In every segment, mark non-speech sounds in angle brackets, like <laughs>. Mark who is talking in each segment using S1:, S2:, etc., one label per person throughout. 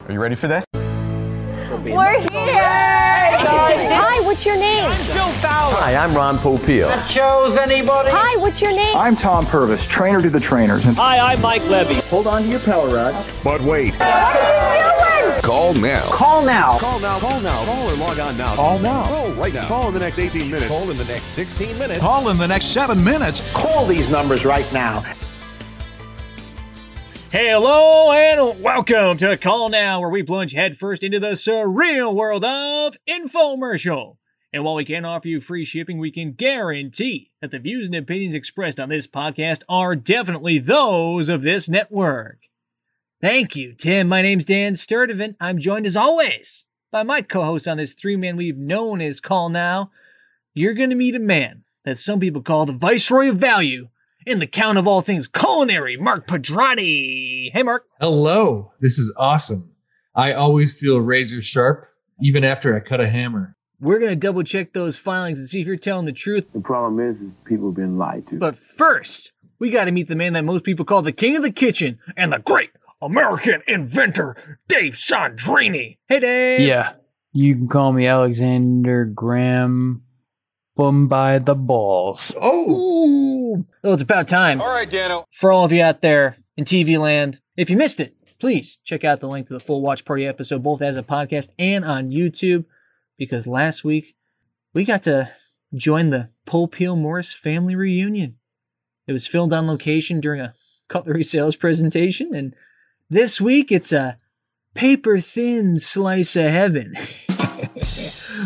S1: Are you ready for this?
S2: We're here! Hi, what's your name?
S3: Joe Fowler.
S4: Hi, I'm Ron Popeil.
S3: Chose anybody?
S2: Hi, what's your name?
S5: I'm Tom Purvis, trainer to the trainers. And
S6: Hi, I'm Mike Levy.
S4: Hold on to your power rod.
S7: But wait,
S2: What are you doing?
S8: Call now.
S5: call now.
S6: Call now, call now, call or log on now.
S1: Call now.
S6: Call right now.
S7: call in the next 18 minutes.
S6: Call in the next 16 minutes.
S7: Call in the next seven minutes.
S4: Call these numbers right now.
S9: Hello and welcome to Call Now, where we plunge headfirst into the surreal world of infomercial. And while we can't offer you free shipping, we can guarantee that the views and opinions expressed on this podcast are definitely those of this network. Thank you, Tim. My name's Dan Sturdivant. I'm joined as always by my co host on this three man we've known as Call Now. You're going to meet a man that some people call the Viceroy of Value in the count of all things culinary, Mark Padrani. Hey, Mark.
S10: Hello. This is awesome. I always feel razor sharp, even after I cut a hammer.
S9: We're going to double check those filings and see if you're telling the truth.
S4: The problem is, is people have been lied to.
S9: But first, we got to meet the man that most people call the king of the kitchen and the great American inventor, Dave Sandrini. Hey, Dave.
S11: Yeah. You can call me Alexander Graham Bum by the balls.
S9: Ooh. Well, it's about time.
S7: All right, Dano.
S9: for all of you out there in TV land. If you missed it, please check out the link to the full watch party episode, both as a podcast and on YouTube, because last week we got to join the Popeil Morris family reunion. It was filmed on location during a cutlery sales presentation, and this week it's a paper thin slice of heaven.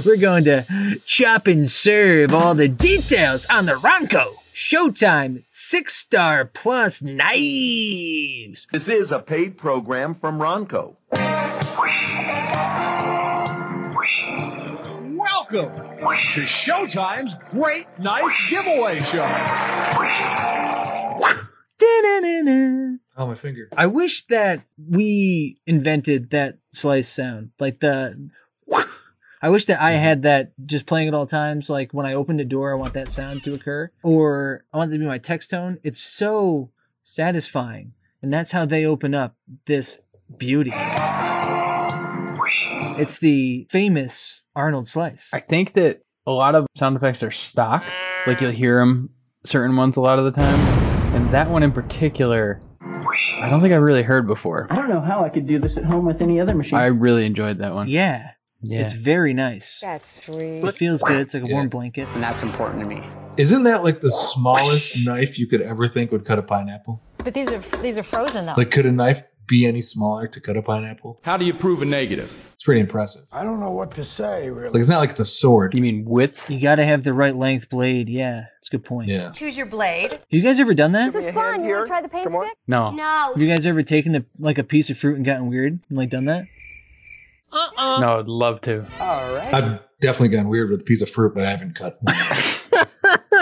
S9: We're going to chop and serve all the details on the Ronco Showtime six star plus knives.
S4: This is a paid program from Ronco.
S6: Welcome to Showtime's Great Knife Giveaway Show.
S9: Da-na-na-na.
S10: Oh, my finger.
S9: I wish that we invented that slice sound, like the. I wish that I
S11: Mm-hmm.
S9: had that just playing at all times. Like when I open the door, I want that sound to occur, or I want it to be my text tone. It's so satisfying, and that's how they open up this beauty. It's the famous Arnold slice.
S11: I think that a lot of sound effects are stock. Like you'll hear them, certain ones a lot of the time. And that one in particular, I don't think I really heard before.
S5: I don't know how I could do this at home with any other machine.
S11: I really enjoyed that one.
S9: Yeah,
S11: Yeah.
S9: it's very nice.
S2: That's sweet.
S9: It feels good. It's like a warm
S10: Yeah.
S9: blanket.
S10: Isn't that like the
S6: <laughs>
S10: smallest knife you could ever think would cut a pineapple?
S2: But these are these are frozen though.
S10: Like, could a knife be any smaller to cut a pineapple?
S6: How do you prove a negative?
S10: It's pretty impressive.
S7: I don't know what to say, really.
S10: Like, it's not like it's a sword.
S11: You mean width?
S9: You got to have the right length blade. Yeah, it's a good point.
S10: Yeah.
S2: Choose your blade.
S9: Have you guys ever done that?
S2: This is fun. You want to try the paint stick?
S11: No.
S2: No.
S9: Have you guys ever taken a, like a piece of fruit and gotten weird and like done that?
S11: No, I'd love to.
S10: I've definitely gotten weird with a piece of fruit, but I haven't cut.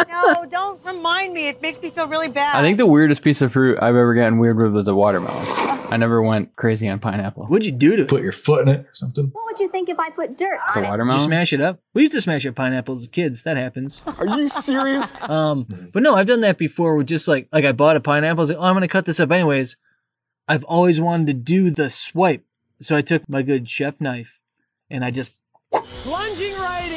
S2: No, don't remind me. It makes me feel really bad.
S11: I think the weirdest piece of fruit I've ever gotten weird with was a watermelon. I never went crazy on pineapple.
S9: What'd you do to it?
S10: Put your foot in it or something.
S2: What would you think if I put dirt
S11: The
S9: Did you
S11: watermelon?
S9: smash it up? We used to smash up pineapples as kids. That happens.
S1: <laughs> Are you serious?
S9: <laughs> Um, but no, I've done that before with just like like I bought a pineapple. I was like, oh, I'm gonna cut this up anyways. I've always wanted to do the swipe, so I took my good chef knife and I just
S3: Plunging right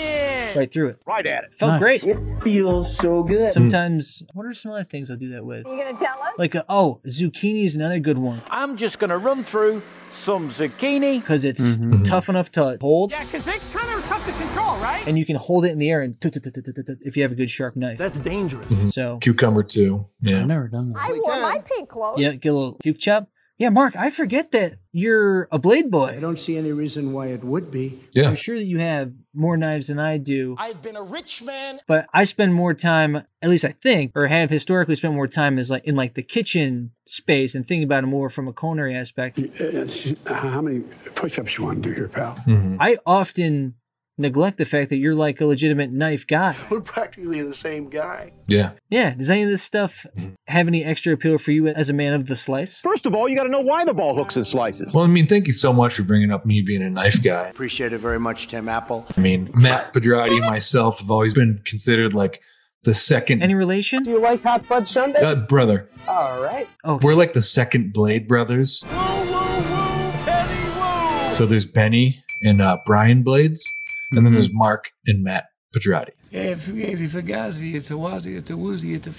S3: in.
S9: right through it.
S3: Right at it.
S9: Felt
S11: Nice.
S9: great.
S5: it feels so good.
S9: Sometimes, what are some other things I'll do that with?
S2: You gonna tell us?
S9: Like, a, oh, zucchini is another good one
S3: I'm just gonna run through some zucchini.
S9: because it's
S11: Mhm.
S9: tough enough to hold,
S3: Yeah, because they're kind of tough to control, right?
S9: and you can hold it in the air and tut- tut- tut- tut- tut- tut if you have a good sharp knife.
S3: That's dangerous.
S9: So
S10: Cucumber, too.
S11: I've
S10: Yeah.
S11: never done that.
S2: I wore my pink clothes.
S9: yeah, get a little puke chop. Yeah, Mark, I forget that you're a blade boy.
S7: don't see any reason why it would be.
S10: Yeah.
S9: I'm sure that you have more knives than I do,
S3: I've been a rich man.
S9: but I spend more time, at least I think, or have historically spent more time as like in like the kitchen space and thinking about it more from a culinary aspect.
S7: It's, how many push ups you want to do here, pal?
S10: Mhm.
S9: I often neglect the fact that you're like a legitimate knife guy.
S7: We're <laughs> practically the same guy.
S10: Yeah.
S9: Yeah, does any of this stuff have any extra appeal for you as a man of the slice?
S6: First of all, you got to know why the ball hooks and slices.
S10: Well, I mean, thank you so much for bringing up me being a knife guy.
S4: Appreciate it very much, Tim Apple.
S10: I mean, Matt Pedrati and myself have always been considered like the second
S9: Any relation?
S5: you like hot fudge sundae?
S10: uh, brother.
S5: All right.
S9: Oh,
S10: We're like the second Blade brothers.
S3: Woo, woo, woo, penny, woo.
S10: So there's Benny and uh, Brian Blades, and then there's Mark and Matt Pedrotti.
S1: Yeah, Fugazi, Fugazi, it's a Wazi, it's a Woozy, it's a.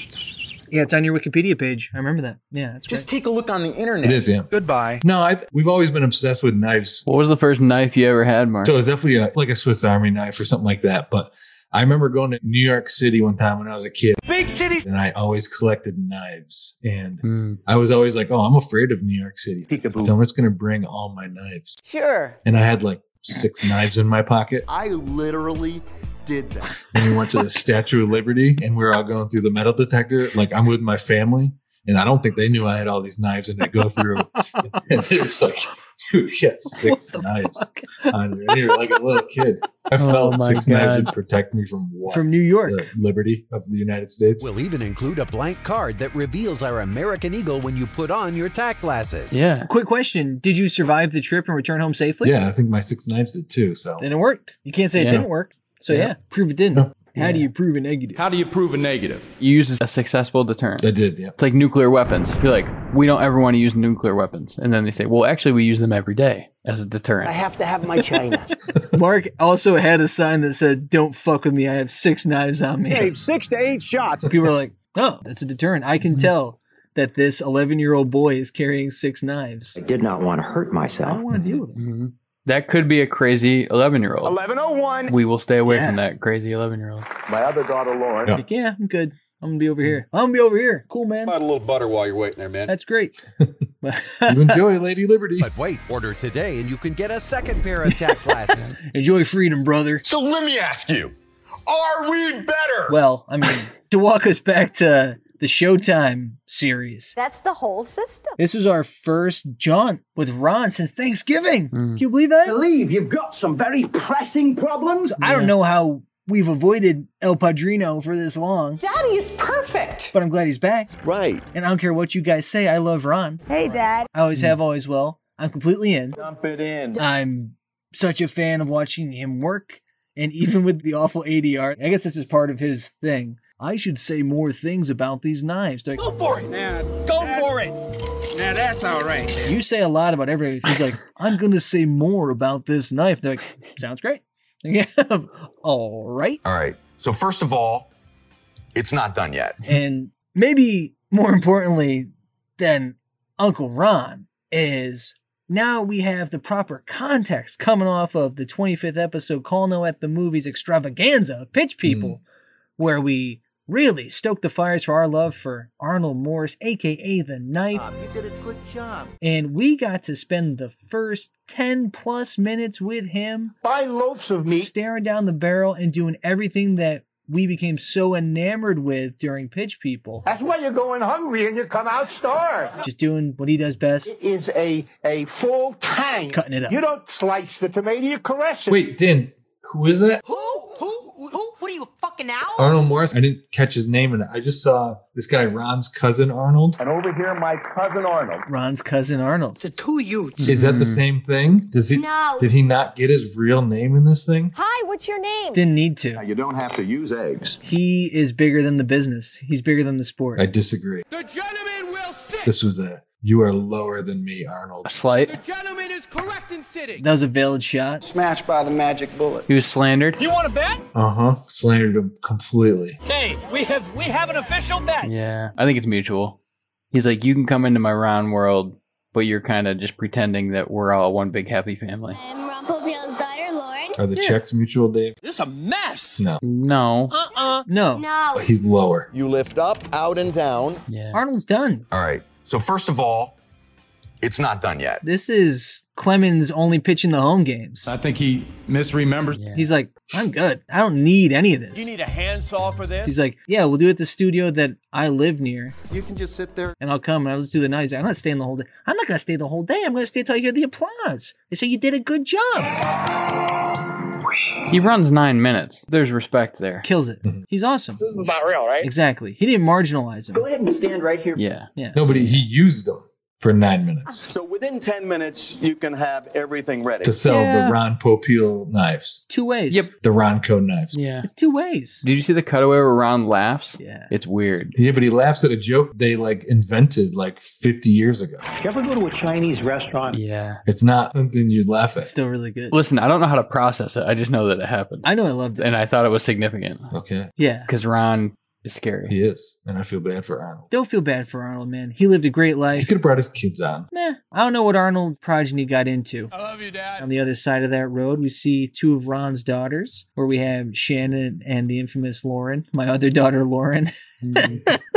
S9: Yeah, it's on your Wikipedia page. I remember that. Yeah, that's
S1: Just
S9: right.
S1: take a look on the internet.
S10: It is, yeah.
S11: Goodbye.
S10: No, I th- we've always been obsessed with knives.
S11: What was the first knife you ever had, Mark?
S10: So it's definitely a, like a Swiss Army knife or something like that. But I remember going to New York City one time when I was a kid,
S3: Big cities.
S10: and I always collected knives. And
S11: Mm.
S10: I was always like, "Oh, I'm afraid of New York City, so I'm just going to bring all my knives."
S2: Sure.
S10: And I had like six knives in my pocket.
S4: I literally did
S10: <laughs>
S4: that.
S10: And we went to the Statue of Liberty, and we were all going through the metal detector. Like I'm with my family, and I don't think they knew I had all these knives, and they go through, <laughs> and it was like. Dude, you got six knives on you. And You're like a little kid. I
S11: <laughs> Oh
S10: felt
S11: my
S10: six knives
S11: God.
S10: would protect me from what?
S9: From New York.
S10: the liberty of the United States.
S8: We'll even include a blank card that reveals our American Eagle when you put on your tack glasses.
S11: Yeah.
S9: Quick question: Did you survive the trip and return home <laughs> safely?
S10: yeah, I think my six knives did too. So
S9: Then it worked. You can't say
S11: Yeah.
S9: it didn't work. So yeah,
S11: Yeah.
S9: prove it didn't. How do you prove a negative?
S1: How do you prove a negative?
S11: You use a successful deterrent.
S10: I did. Yeah.
S11: It's like nuclear weapons. You're like, we don't ever want to use nuclear weapons. And then they say, well, actually, we use them every day as a deterrent.
S1: I have to have my China.
S9: Mark also had a sign that said, "Don't fuck with me. I have six knives on me."
S6: Gave six to eight shots.
S9: People are like, "Oh, that's a deterrent. I
S1: Mm-hmm.
S9: can tell that this 11 year old boy is carrying six knives.
S1: Did not want to hurt
S9: I
S1: myself.
S9: don't want to deal with it."
S11: Mhm. That could be a crazy 11 year old.
S6: 1101.
S11: We will stay away
S9: Yeah.
S11: from that crazy 11 year old.
S4: My other daughter, Lauren.
S10: Yeah.
S9: Like, yeah, I'm good. I'm gonna be over here. I'm gonna be over here. Cool, man.
S1: a little butter while you're waiting there, man.
S9: That's great.
S10: You enjoy <laughs> Lady Liberty.
S8: But wait, order today and you can get a second pair of tack glasses.
S9: Enjoy freedom, brother.
S6: So let me ask you Are we better?
S9: Well, I mean, to walk us back to the Showtime series.
S12: That's the whole system.
S9: This was our first jaunt with Ron since Thanksgiving. Can
S11: Mm.
S9: you believe that?
S5: Believe you've got some very pressing problems.
S9: I don't know how we've avoided El Padrino for this long,
S2: Daddy, it's perfect.
S9: but I'm glad he's back.
S4: Right.
S9: And I don't care what you guys say, I love Ron.
S12: Hey, Dad.
S9: I always have, always will. I'm completely in.
S4: Dump it in.
S9: I'm such a fan of watching him work. And even with the awful ADR, I guess this is part of his thing. I should say more things about these knives. They're Like,
S3: for it. Go for it. Now that's all right.
S9: you say a lot about everything. He's like, I'm going to say more about this knife. They're like, sounds great. <laughs> Yeah, all right.
S6: All right. So, first of all, it's not done yet.
S9: And maybe more importantly than Uncle Ron is now we have the proper context coming off of the 25th episode Call No at the Movies extravaganza of Pitch People, where we really stoked the fires for our love for Arnold Morris, aka The Knife.
S4: You did a good job.
S9: And we got to spend the first 10 plus minutes with him
S4: Buy loaves of meat.
S9: staring down the barrel and doing everything that we became so enamored with during Pitch People.
S4: That's why you're going hungry and you come out starved.
S9: Just doing what he does best.
S4: Is a a full tang.
S9: Cutting it up.
S4: You don't slice the tomato, you caress it.
S10: Wait, Dan, who is that?
S2: Who? Who? Who? What are you, a fucking owl?
S10: Arnold Morris. I didn't catch his name, and I just saw this guy Ron's cousin Arnold.
S4: And over here, my cousin Arnold.
S9: Ron's cousin Arnold.
S1: The two you.
S3: Mm-hmm.
S10: Is that the same thing? Does he?
S12: No.
S10: Did he not get his real name in this thing?
S12: Hi, what's your name?
S9: Didn't need to.
S4: You don't have to use eggs.
S9: He is bigger than the business. He's bigger than the sport.
S10: I disagree.
S3: The gentleman will sit.
S10: This was a you are lower than me, Arnold.
S11: A slight.
S3: gentleman is correct in sitting.
S9: That was a veiled shot.
S1: Smashed by the magic bullet.
S11: He was slandered.
S3: You want to bet?
S10: Uh huh. Slandered him completely.
S3: Okay, we have we have an official bet.
S11: Yeah. I think it's mutual. He's like, you can come into my Ron world, but you're kind of just pretending that we're all one big happy family.
S12: I'm Rumpelpeel's daughter, Lauren.
S10: Are the checks mutual, Dave?
S3: This is a mess.
S10: No,
S11: No.
S3: Uh-uh.
S9: No.
S12: No.
S10: Oh, he's lower.
S4: You lift up, out, and down.
S11: Yeah.
S9: Arnold's done.
S6: All right. So, first of all, it's not done yet.
S9: This is Clemens only pitching the home games.
S1: think he misremembers.
S11: Yeah.
S9: He's like, I'm good. I don't need any of
S3: You
S9: this.
S3: need a handsaw for this.
S9: He's like, yeah, we'll do it at the studio that I live near,
S8: You can just sit there.
S9: and I'll come and I'll just do the night. He's like, I'm not staying the whole day. I'm not gonna stay the whole day. I'm gonna stay till I hear the applause. They say you did a good job.
S11: He runs nine minutes. There's respect there.
S9: Kills it. He's awesome. This is about real, right? Exactly. He didn't marginalize him.
S5: Go ahead and stand right here.
S11: Yeah.
S9: Yeah.
S10: No, but he used him. for nine minutes
S13: So within 10 minutes, you can have everything ready.
S10: to sell the Ron Popeil knives.
S9: Two ways.
S10: Yep. The Ronco knives.
S11: Yeah.
S9: It's two ways.
S11: Did you see the cutaway where Ron laughs?
S9: Yeah.
S11: It's weird.
S10: Yeah, but he laughs at a joke they like invented like 50 years ago.
S14: You ever go to a Chinese restaurant?
S11: Yeah.
S10: It's not something you'd laugh at.
S9: Still really good.
S11: Listen, I don't know how to process it. I just know that it happened.
S9: I know I loved it.
S11: And I thought it was significant.
S10: Okay.
S9: Yeah.
S11: Because Ron is scary.
S10: <laughs> He is. And I feel bad for Arnold.
S9: Don't feel bad for Arnold, man. He lived a great life. He
S10: could have brought his kids on.
S9: Nah, I don't know what Arnold's progeny got into. I love you, Dad. On the other side of that road, we see two of Ron's daughters, where we have Shannon and the infamous Lauren, my other daughter, Lauren. <laughs>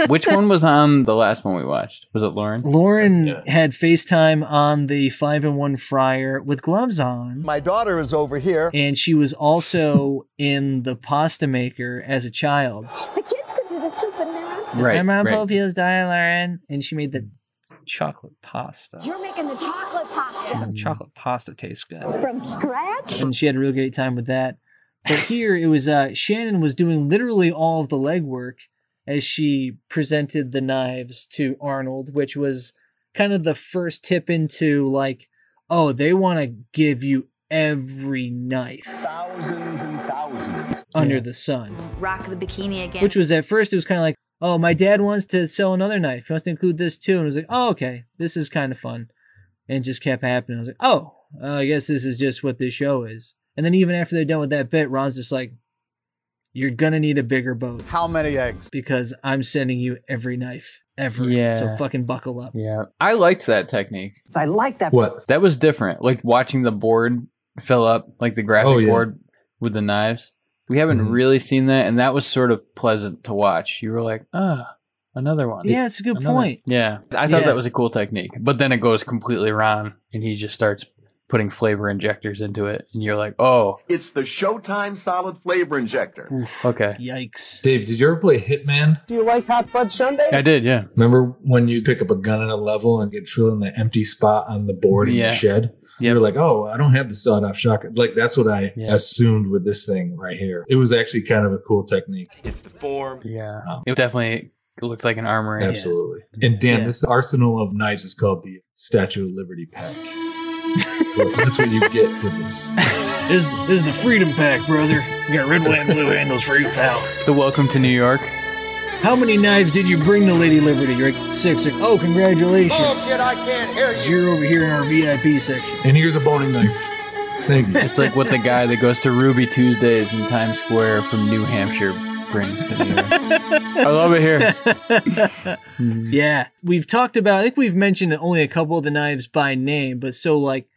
S11: Which one was on the last one we watched? Was it Lauren?
S9: Lauren had FaceTime on the 5 and 1 fryer with gloves on.
S4: My daughter is over here.
S9: And she was also in the pasta maker as a child.
S12: The kids could do this too, but not.
S9: My mom
S12: right.
S9: Popeil's diet, Lauren, and she made the chocolate pasta.
S12: You're making the chocolate pasta
S9: Chocolate pasta tastes good.
S12: from scratch.
S9: and she had a real great time with that. But here it was uh, Shannon was doing literally all of the legwork as she presented the knives to Arnold, which was kind of the first tip into like, oh, they want to give you every knife
S13: Thousands and thousands.
S9: under the sun.
S15: Rock the bikini again.
S9: Which was at first it was kind of like, oh, my dad wants to sell another knife. He wants to include this too. And it was like, oh, okay, this is kind of fun. And it just kept happening. I was like, oh, uh, I guess this is just what this show is. And then even after they're done with that bit, Ron's just like, you're gonna need a bigger boat.
S14: How many eggs?
S9: Because I'm sending you every knife ever.
S11: Yeah.
S9: So fucking buckle up.
S11: Yeah. I liked that technique.
S14: I like that.
S11: That was different. Like watching the board fill up, like the graphic
S10: Oh, yeah.
S11: board with the knives. We haven't
S9: Mm-hmm.
S10: Mhm.
S11: really seen that, and that was sort of pleasant to watch. You were like, ah, another one.
S9: Yeah, it's a good
S11: Another-
S9: point.
S11: Yeah. I thought
S9: Yeah.
S11: that was a cool technique. But then it goes completely wrong, and he just starts putting flavor injectors into it, and you're like, oh,
S4: It's the Showtime Solid Flavor Injector.
S11: okay.
S9: Yikes.
S10: Dave, did you ever play Hitman?
S4: Do you like hot fudge sundae?
S11: I did, yeah.
S10: Remember when you pick up a gun at a level and get filling the empty spot on the board in
S11: Yeah.
S10: the shed? You were like, oh, I don't have the sawed off shotgun. Like, that's what I assumed with this thing right here. It was actually kind of a cool technique.
S13: It's the form.
S11: Yeah. It definitely looked like an armory.
S10: Absolutely. And Dan, this arsenal of knives is called the Statue of Liberty pack. So
S11: <laughs>
S10: that's what you get with this.
S9: This, this is the freedom pack, brother. We got red, white, and blue handles for you, pal.
S11: The welcome to New York.
S9: How many knives did you bring to Lady Liberty? You're like six. Like, oh, congratulations.
S6: I can't hear
S9: You're over here in our
S10: <laughs>
S9: VIP section.
S10: And here's a boning knife. Thank you.
S11: It's like what the guy that goes to Ruby Tuesdays in Times Square from New Hampshire brings to New <laughs> York. I love
S9: <laughs>
S11: it here.
S9: Yeah, we've talked about. I think we've mentioned only a couple of the knives by name, but so like,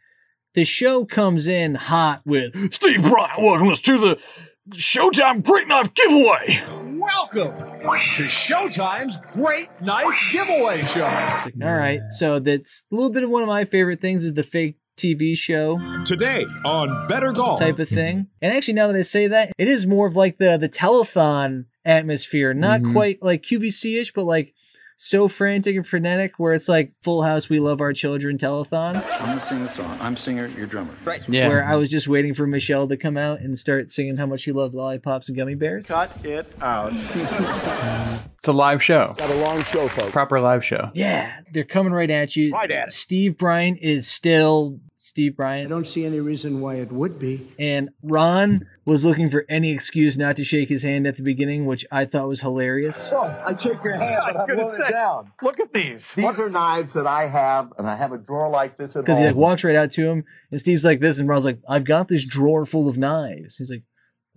S9: the show comes in hot with Steve Bryant. Welcome us to the Showtime Great Knife Giveaway.
S6: Welcome to Showtime's Great Knife Giveaway Show.
S9: All right, so that's a little bit of one of my favorite things is the fake TV show
S6: Today on Better
S2: Oh,
S6: Golf.
S9: type of thing. And actually, now that I say that, it is more of like the the telethon atmosphere, not
S11: Mhm.
S9: quite like QVC ish, but like so frantic and frenetic, where it's like Full House, We Love Our Children telethon.
S16: I'm gonna sing the song. I'm singer, you're drummer. Right.
S9: Where I was just waiting for Michelle to come out and start singing how much she loved lollipops and gummy bears.
S16: Cut it out.
S11: It's a live show.
S4: Got a long show, folks.
S11: Proper live show.
S9: Yeah, they're coming right at you. Right at Steve Bryan is still Steve Bryan. I don't see any reason why it would be. And Ron was looking for any excuse not to shake his hand at the beginning, which I thought was hilarious.
S4: I shake your hand,
S6: but I'm going
S4: down.
S6: Look at these.
S4: These are knives that I have, and I have a drawer like this at
S9: Because he like
S16: Oh.
S4: home.
S9: walks right out to him, and Steve's like this, and Ron's like, "I've got this drawer full of knives." He's like,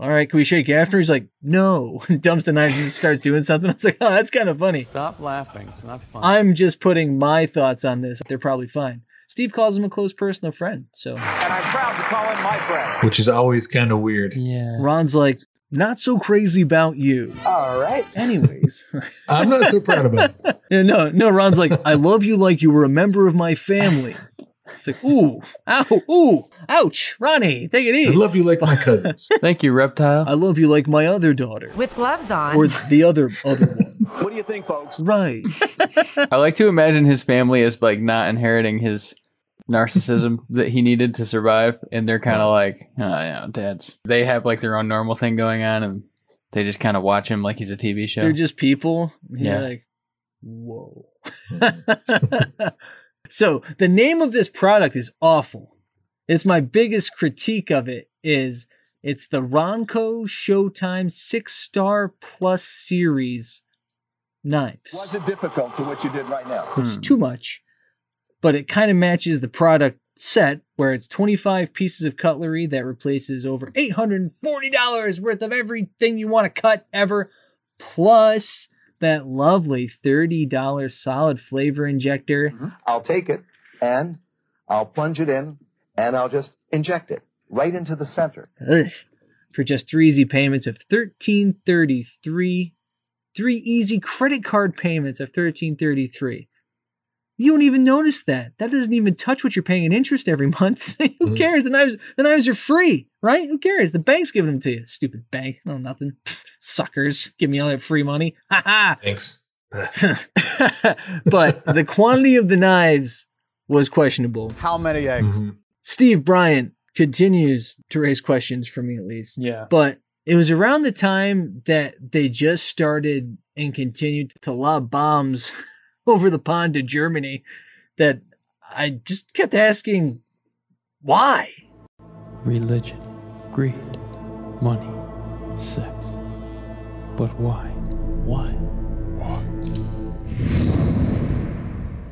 S9: "All right, can we shake after?" He's like, "No," <laughs> and dumps the knives and just starts doing something. <laughs> I was like, "Oh, that's kind of funny."
S16: Stop laughing. It's not fun.
S9: I'm just putting my thoughts on this. They're probably fine. Steve calls him a close personal friend, so
S16: And I'm proud to call him my friend.
S10: Which is always kind of weird.
S11: Yeah.
S9: Ron's like, "Not so crazy about you."
S4: All right.
S9: <laughs> Anyways,
S10: I'm not so proud of it.
S9: Yeah, no, no. Ron's like, "I love you like you were a member of my family." It's like, ooh, ow, ooh, ouch, Ronnie, take it easy. I love
S10: you like
S11: <laughs>
S10: my cousins.
S11: Thank you, reptile.
S9: I love you like my other daughter.
S15: With gloves on.
S9: or the other other one.
S13: <laughs> What do you think, folks?
S9: Right.
S11: I like to imagine his family is like not inheriting his narcissism that he needed to survive, and they're kind of like, oh, yeah, dad's. They have like their own normal thing going on, and they just kind of watch him like he's a TV show.
S9: They're just people. Yeah.
S11: Yeah.
S9: Like, whoa. <laughs> So the name of this product is awful. It's my biggest critique of it is it's the Ronco Showtime six star plus series knives,
S13: Was it difficult to what you did right now?
S11: Hmm.
S9: which is too much, but it kind of matches the product set where it's 25 pieces of cutlery that replaces over $840 worth of everything you want to cut ever, plus that lovely $30 solid flavor injector.
S4: I'll take it and I'll plunge it in and I'll just inject it right into the center.
S9: Ugh. for just three easy payments of thirteen thirty three, three easy credit card payments of thirteen thirty three. You don't even notice that. That doesn't even touch what you're paying in interest every <laughs> month. Who cares? The knives, the knives are free, right? Who cares? The bank's giving them to you. Stupid bank. No, nothing. <laughs> Suckers. Give me all that free money. <laughs> Ha ha.
S10: Thanks.
S9: <laughs> but the quantity of the knives was questionable. How many eggs?
S10: Mm-hmm.
S9: Steve Bryant continues to raise questions for me, at least.
S11: Yeah.
S9: But it was around the time that they just started and continued to lob bombs <laughs> over the pond to Germany that I just kept asking, why?
S11: Religion, greed, money, sex. But why? Why?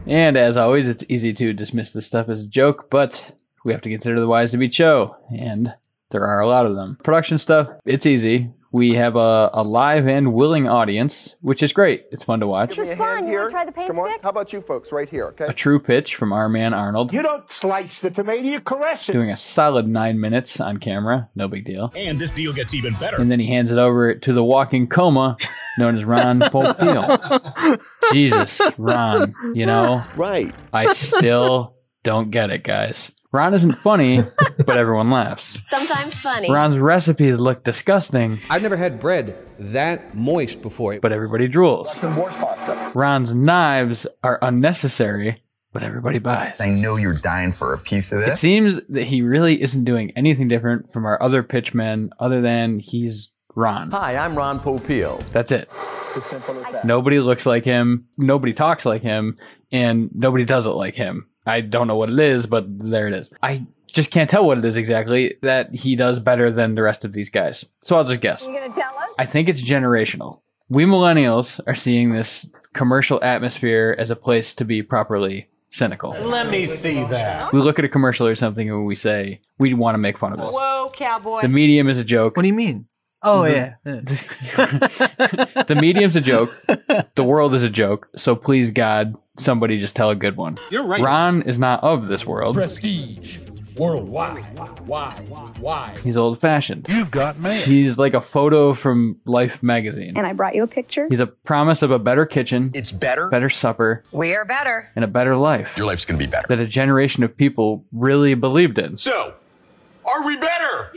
S11: And as always, it's easy to dismiss this stuff as a joke, but we have to consider the wise to be cho, and there are a lot of them. Production stuff, it's easy. We have a, a live and willing audience, which is great. It's fun to watch.
S13: is fun. You want to try the paint Come On. How about you folks right here, okay?
S11: A true pitch from our man Arnold,
S13: You don't slice the tomato, you caress
S11: doing a solid nine minutes on camera. No big deal.
S17: And this deal gets even better.
S11: And then he hands it over to the walking coma known as Ron Popeil. Jesus, Ron, you know?
S13: Right.
S11: I still don't get it, guys. Ron isn't funny, but everyone laughs.
S12: Sometimes funny.
S11: Ron's recipes look disgusting,
S18: I've never had bread that moist before.
S11: but everybody drools.
S13: Some horse pasta.
S11: Ron's knives are unnecessary, but everybody buys.
S19: I know you're dying for a piece of
S11: It
S19: this.
S11: seems that he really isn't doing anything different from our other pitchmen other than he's Ron.
S13: Hi, I'm Ron Popeil.
S11: That's it.
S13: It's as simple as that.
S11: Nobody looks like him. Nobody talks like him, and nobody does it like him. I don't know what it is, but there it is. I just can't tell what it is exactly that he does better than the rest of these guys. So I'll just guess.
S12: You gonna tell us?
S11: I think it's generational. We millennials are seeing this commercial atmosphere as a place to be properly cynical.
S16: Let me see that.
S11: We look at a commercial or something and we say, we want to make fun of this.
S12: Oh,
S16: Whoa, cowboy.
S11: The medium is a joke. What
S9: do you mean? Oh,
S11: Mhm.
S9: yeah. yeah.
S11: The medium's a joke. the world is a joke. So please, God, somebody just tell a good one.
S17: You're right.
S11: Ron is not of this world.
S17: Prestige. Worldwide. Why? Why?
S11: He's old fashioned. You've got me. He's like a photo from Life magazine.
S12: And I brought you a picture.
S11: He's a promise of a better kitchen. It's better. Better supper.
S12: We are better.
S11: And a better life. Your life's going to be better. That a generation of people really believed in. So.
S16: Are we better?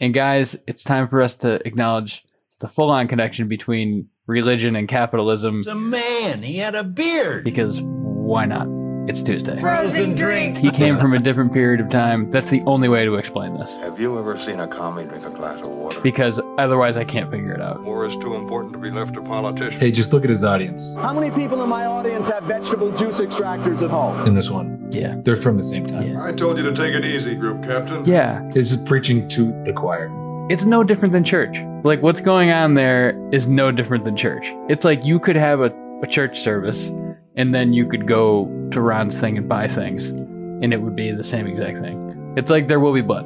S11: And guys, it's time for us to acknowledge the full on connection between religion and capitalism.
S16: The man, he had a beard.
S11: Because why not? It's Tuesday.
S16: Frozen drink.
S11: He came from a different period of time. That's the only way to explain this.
S20: Have you ever seen a commie drink a glass of water?
S11: Because otherwise, I can't figure it out.
S20: War is too important to be left to politicians.
S10: Hey, just look at his audience
S13: How many people in my audience have vegetable juice extractors at home?
S10: in this one.
S11: Yeah.
S10: They're from the same time.
S20: I told you to take it easy, group captain.
S11: Yeah.
S10: This is preaching to the choir.
S11: It's no different than church. Like, what's going on there is no different than church. It's like you could have a, a church service, and then you could go to Ron's thing and buy things, and it would be the same exact thing. It's like there will be blood.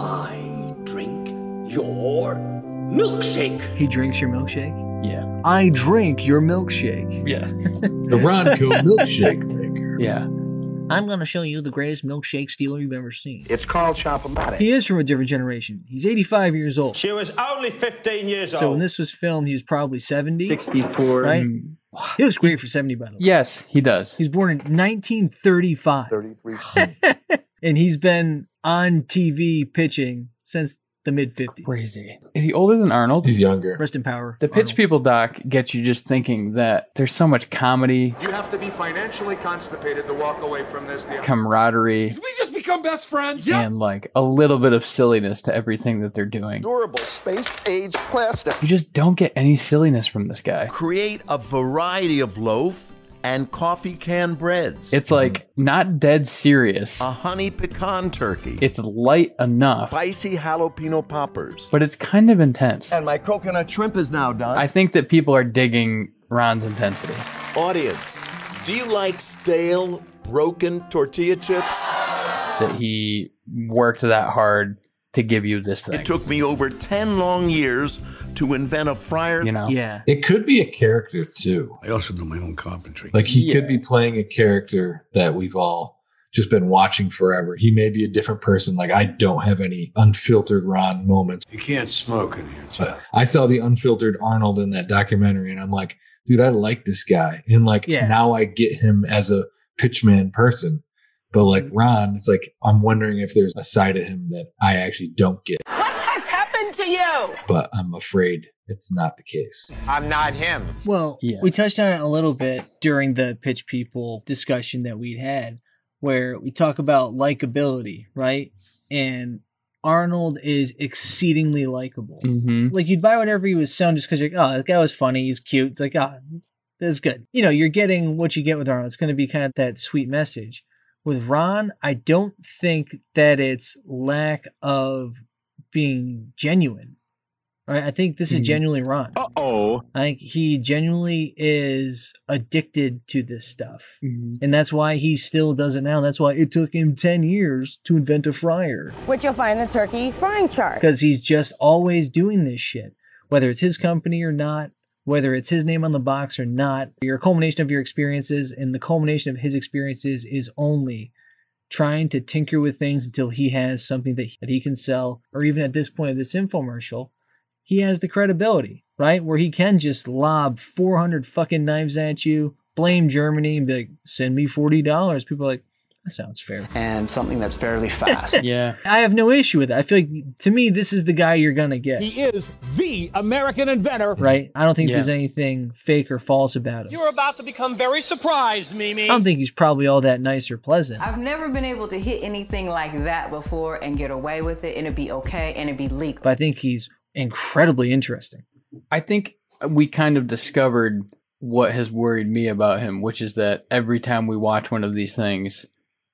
S16: Your milkshake.
S9: <laughs> He drinks your milkshake?
S11: Yeah.
S9: I drink your milkshake.
S11: Yeah.
S9: the
S11: <laughs>
S10: Ronco milkshake
S11: maker. Yeah.
S9: I'm going to show you the greatest milkshake stealer you've ever seen.
S13: It's called Chopomatic.
S9: He is from a different generation. He's 85 years old.
S16: She was only 15 years
S9: So when
S16: old.
S9: this was filmed, he was probably 70.
S11: 64.
S9: Right?
S11: Mm.
S9: He looks great for 70, by the way.
S11: Yes, he does.
S9: He's born in 1935.
S4: 33.
S9: <laughs> and he's been on TV pitching since the mid 50s.
S11: Crazy. Is he older than Arnold?
S10: He's younger.
S9: Rest in power.
S11: The Pitch People doc gets you just thinking that there's so much comedy,
S21: You have to be financially constipated to walk away from this deal.
S11: camaraderie,
S21: We just become best friends.
S11: and like a little bit of silliness to everything that they're doing.
S21: Durable space age plastic.
S11: You just don't get any silliness from this guy.
S16: Create a variety of loaf
S7: and coffee can breads.
S11: It's like not dead serious.
S2: Uh-huh.
S7: A honey pecan turkey.
S11: It's light enough,
S7: Spicy jalapeno poppers.
S11: but it's kind of intense.
S7: And my coconut shrimp is now done.
S11: I think that people are digging Ron's intensity.
S7: Audience, do you like stale, broken tortilla chips?
S11: That he worked that hard to give you this thing.
S7: It took me over 10 long years to invent a fryer.
S11: You know?
S9: Yeah.
S10: It could be a character too.
S17: I also do my own carpentry.
S10: Like he could be playing a character that we've all just been watching forever. He may be a different person. Like I don't have any unfiltered Ron moments.
S17: You can't smoke in here, Chuck.
S10: I saw the unfiltered Arnold in that documentary and I'm like, dude, I like this guy. And like
S9: Yeah.
S10: now I get him as a pitchman person. But like Ron, it's like I'm wondering if there's a side of him that I actually don't get.
S2: What has happened to you?
S10: But I'm afraid it's not the case.
S17: I'm not him.
S9: Well,
S10: Yeah.
S9: we touched on it a little bit during the pitch people discussion that we'd had, where we talk about likability, right? And Arnold is exceedingly likable.
S11: Mm-hmm.
S9: Like you'd buy whatever he was selling just because you're like, oh, that guy was funny, he's cute. It's like, ah, that's good. You know, you're getting what you get with Arnold. It's going to be kind of that sweet message. With Ron, I don't think that it's lack of being genuine. Right? I think this is
S11: Mhm.
S9: genuinely Ron. Uh oh. I think he genuinely is addicted to this stuff. And that's why he still does it now. That's why it took him 10 years to invent a fryer
S12: Which you'll find in the turkey frying chart.
S9: because he's just always doing this shit, whether it's his company or not, whether it's his name on the box or not. Your culmination of your experiences and the culmination of his experiences is only trying to tinker with things until he has something that he, that he can sell, or even at this point of this infomercial, he has the credibility, right? Where he can just lob 400 fucking knives at you, blame Germany, and be like, send me $40. People are like, that sounds fair.
S14: And something that's fairly fast.
S11: yeah.
S9: I have no issue with it. I feel like to me, this is the guy you're gonna get.
S16: He is the American inventor.
S9: right? I don't think
S16: Yeah.
S9: there's anything fake or false about him.
S16: You're about to become very surprised,
S9: I
S16: Mimi.
S9: don't think he's probably all that nice or pleasant.
S22: I've never been able to hit anything like that before and get away with it and it'd be okay and it'd be legal.
S9: But I think he's incredibly interesting.
S11: I think we kind of discovered what has worried me about him, which is that every time we watch one of these things,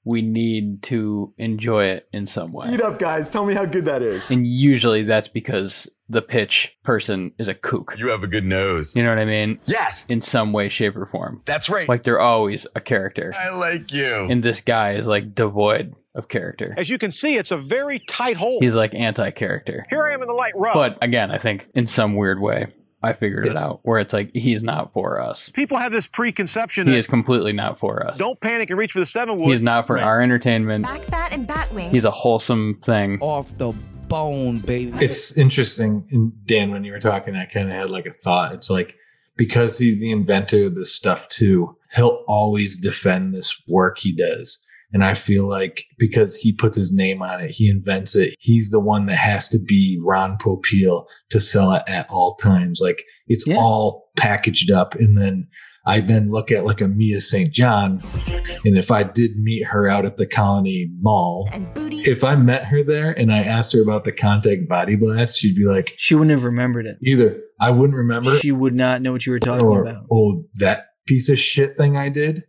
S11: we need to enjoy it in some way.
S23: Eat up, guys. Tell me how good that is.
S11: And usually that's because the pitch person is a kook.
S23: You have a good nose.
S11: You know what I mean?
S23: Yes.
S11: In some way, shape, or form.
S23: That's right.
S11: Like they're always a character.
S23: I like you.
S11: And this guy is like devoid of character.
S24: Mm-hmm. As you can see, it's a very tight hole.
S11: He's like anti character.
S24: Here I am in the light row.
S11: But again, I think in some weird way, I figured it out where it's like he's not for us.
S24: people have this preconception
S11: He
S24: that
S11: is completely not for us.
S24: don't panic and reach for the seven wood.
S11: He's not for our entertainment.
S15: Fat and Batwing.
S11: He's a wholesome thing.
S24: off the bone, baby.
S10: It's interesting, and Dan, when you were talking, I kind of had like a thought. It's like because he's the inventor of this stuff too, he'll always defend this work he does. And I feel like because he puts his name on it, he invents it. He's the one that has to be Ron Popeil to sell it at all times. Like it's all packaged up. And then I then look at like a Mia St. John. And if I did meet her out at the Colony Mall, if I met her there and I asked her about the contact body blast, she'd be like,
S9: She wouldn't have remembered it.
S10: Either I wouldn't remember
S9: She would not know what you were talking
S10: or,
S9: about.
S10: oh, that piece of shit thing I did.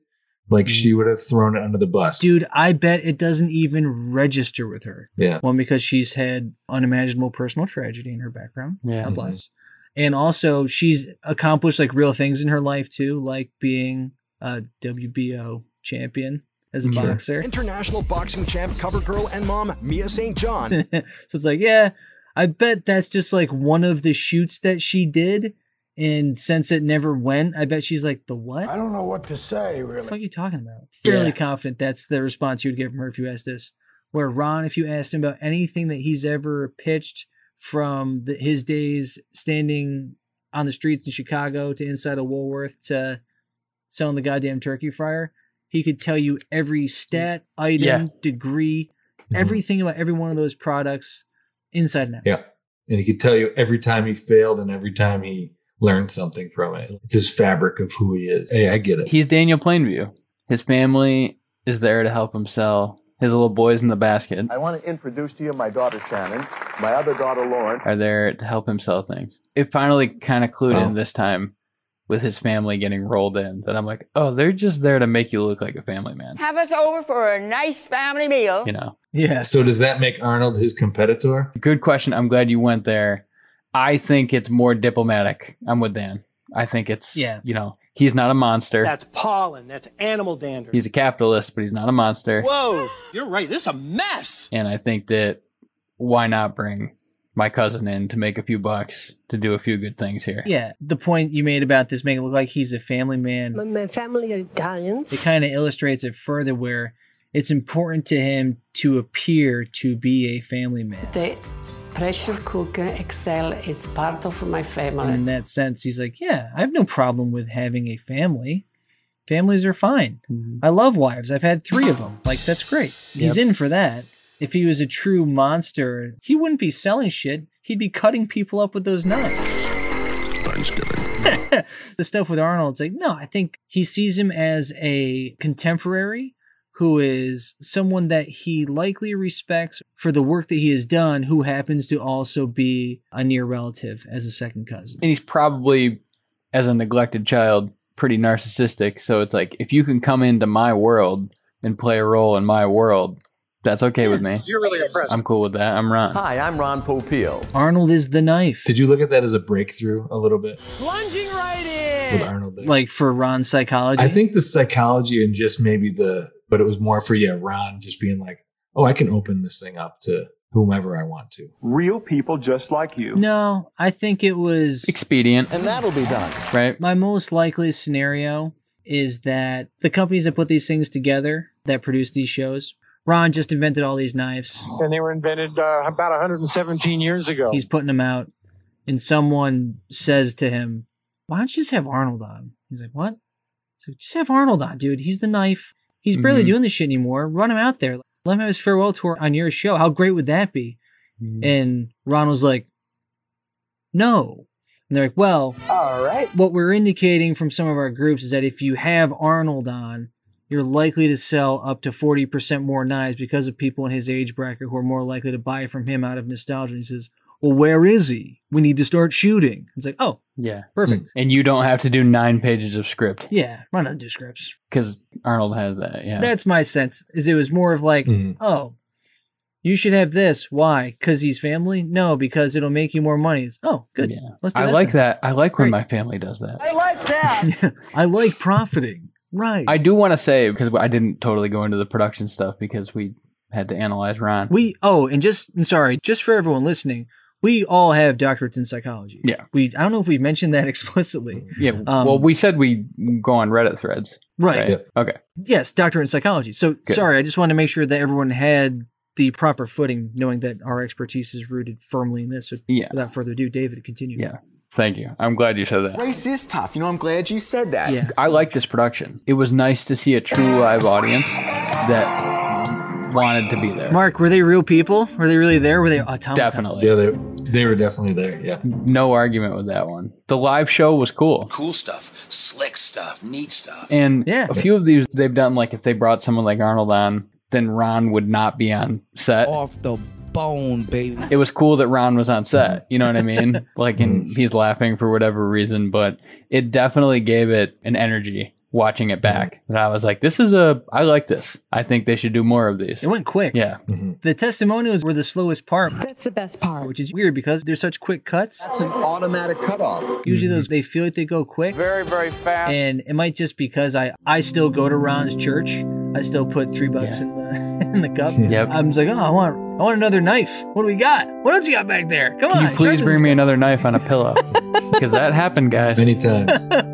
S10: Like she would have thrown it under the bus.
S9: Mm. Dude, I bet it doesn't even register with her.
S10: Yeah.
S9: One, because she's had unimaginable personal tragedy in her background.
S11: Yeah.
S9: God bless. And also, she's accomplished like real things in her life too, like being a WBO champion as a
S23: Sure.
S9: boxer.
S23: International boxing champ, cover girl, and mom, Mia St. John.
S9: <laughs> so it's like, yeah, I bet that's just like one of the shoots that she did. And since it never went, I bet she's like, the what? I
S23: don't know what to say,
S9: really. What the fuck are you talking about? Fairly confident that's the response you would get from her if you asked this. Where Ron, if you asked him about anything that he's ever pitched from the, his days standing on the streets in Chicago to inside a Woolworth to selling the goddamn turkey fryer, he could tell you every stat, item,
S10: Yeah.
S9: degree,
S5: Mm-hmm.
S9: everything about every one of those products inside and out.
S10: Yeah. And he could tell you every time he failed and every time he learned something from it. It's his fabric of who he is. Hey, I get it.
S11: He's Daniel Plainview. His family is there to help him sell. His little boys in the basket
S4: I want to introduce to you my daughter Shannon, my other daughter Lauren.
S3: Oh.
S11: are there to help him sell things. It finally kind of clued in this time with his family getting rolled in that I'm like, oh, they're just there to make you look like a family man.
S1: Have us over for a nice family meal.
S11: You know.
S9: Yeah.
S10: So does that make Arnold his competitor?
S11: Good question. I'm glad you went there. I think it's more diplomatic. I'm with Dan. I think it's
S3: Yeah.
S11: you know, he's not a monster.
S3: That's pollen. That's animal dander.
S11: he's a capitalist, but he's not a monster.
S3: Whoa, you're right. This is a mess.
S11: And I think that why not bring my cousin in to make a few bucks to do a few good things here.
S9: Yeah, the point you made about this make it look like he's a family man.
S5: My, my family are Italians.
S9: It kind of illustrates it further where it's important to him to appear to be a family man.
S8: The pressure cooker Excel is part of my
S9: And in
S8: family.
S9: that sense, he's like, yeah, I have no problem with having a family. Families are fine. I love wives. I've had three of them. Like, that's great. He's
S11: Yep.
S9: in for that. If he was a true monster, he wouldn't be selling shit. He'd be cutting people up with those knives. Thanksgiving. <laughs> the stuff with Arnold, it's like, no, I think he sees him as a contemporary who is someone that he likely respects for the work that he has done, who happens to also be a near relative as a second cousin.
S11: and he's probably as a neglected child pretty narcissistic so it's like if you can come into my world and play a role in my world that's okay with me
S25: You're really impressive.
S11: i'm cool with that i'm ron
S25: Hi, I'm Ron Popeil.
S9: Arnold is the knife.
S10: Did you look at that as a breakthrough a little bit
S3: Plunging right
S10: with Arnold there?
S9: Like for Ron's psychology?
S10: I think the psychology and just maybe the, but it was more for, yeah, Ron just being like, oh, I can open this thing up to whomever I want to.
S26: Real people just like you.
S9: No, I think it was
S11: expedient.
S9: And that'll be done.
S11: Right.
S9: My most likely scenario is that the companies that put these things together that produce these shows, Ron just invented all these knives.
S27: And they were invented uh, about 117 years ago.
S9: He's putting them out, and someone says to him, Why don't you just have Arnold on? He's like, What? So just have Arnold on, dude. He's the knife. He's barely
S11: Mhm.
S9: doing this shit anymore. Run him out there. Let him have his farewell tour on your show. How great would that be? And Ron was like, no. And they're like, well, all right. What we're indicating from some of our groups is that if you have Arnold on, you're likely to sell up to 40% more knives because of people in his age bracket who are more likely to buy from him out of nostalgia. And he says, well, where is he? We need to start shooting. It's like, oh,
S11: yeah
S9: perfect
S11: and you don't have to do nine pages of script
S9: yeah, run out of do scripts.
S11: because arnold has that yeah Mm.
S9: That's my sense. Is it was more of like, oh, you should have this. Why? Because he's family? No, because it'll make you more money. It's, oh, good.
S11: Yeah.
S9: Let's do
S11: i
S9: that
S11: like
S9: then.
S11: that i like when my family does that
S9: I like <laughs> that. I like profiting. Right.
S11: i do want to say because i didn't totally go into the production stuff because we had to analyze ron
S9: We oh, and just I'm sorry, just for everyone listening, we all have doctorates in psychology.
S11: Yeah.
S9: We I don't know if we mentioned that <laughs> explicitly.
S11: yeah
S9: Um,
S11: well we said we go on reddit threads
S9: Right.
S11: okay
S9: Yes, doctorate in psychology. So
S11: Good.
S9: sorry, I just wanted to make sure that everyone had the proper footing, knowing that our expertise is rooted firmly in this. So
S11: Yeah.
S9: without further ado, David, continue. Yeah.
S11: thank you i'm glad you said that
S25: Race is tough. You know, I'm glad you said that.
S9: Yeah.
S11: I like this production. It was nice to see a true live audience that wanted to be there.
S9: Mark, were they real people? Were they really there? Were they automatons?
S11: Definitely.
S10: Yeah, they, they were definitely there. Yeah.
S11: No argument with that one. The live show was cool.
S17: Cool stuff, slick stuff, neat stuff.
S11: And a few of these they've done, like if they brought someone like Arnold on, then Ron would not be on set.
S24: Off the bone, baby.
S11: It was cool that Ron was on set. You know what I <laughs> mean? like, and he's laughing for whatever reason, but it definitely gave it an energy watching it back. And I was like, this is a, I like this. I think they should do more of these. It Mm-hmm.
S9: went quick.
S11: Yeah.
S9: The testimonials were the slowest part. That's the best part. Which is weird because they're such quick cuts.
S13: That's an automatic cutoff.
S9: Usually those they feel like they go quick. Very, very fast. And it might just because I I still go to Ron's church. I still put three bucks in the <laughs> in the cup.
S11: Yep.
S9: I'm just like, oh I want I want another knife. What do we got? What else you got back there? Come
S11: Can
S9: on.
S11: you please
S9: Trevor's-
S11: bring me another knife on a <laughs> pillow? Because that happened, guys.
S10: Many
S9: <laughs>
S10: times.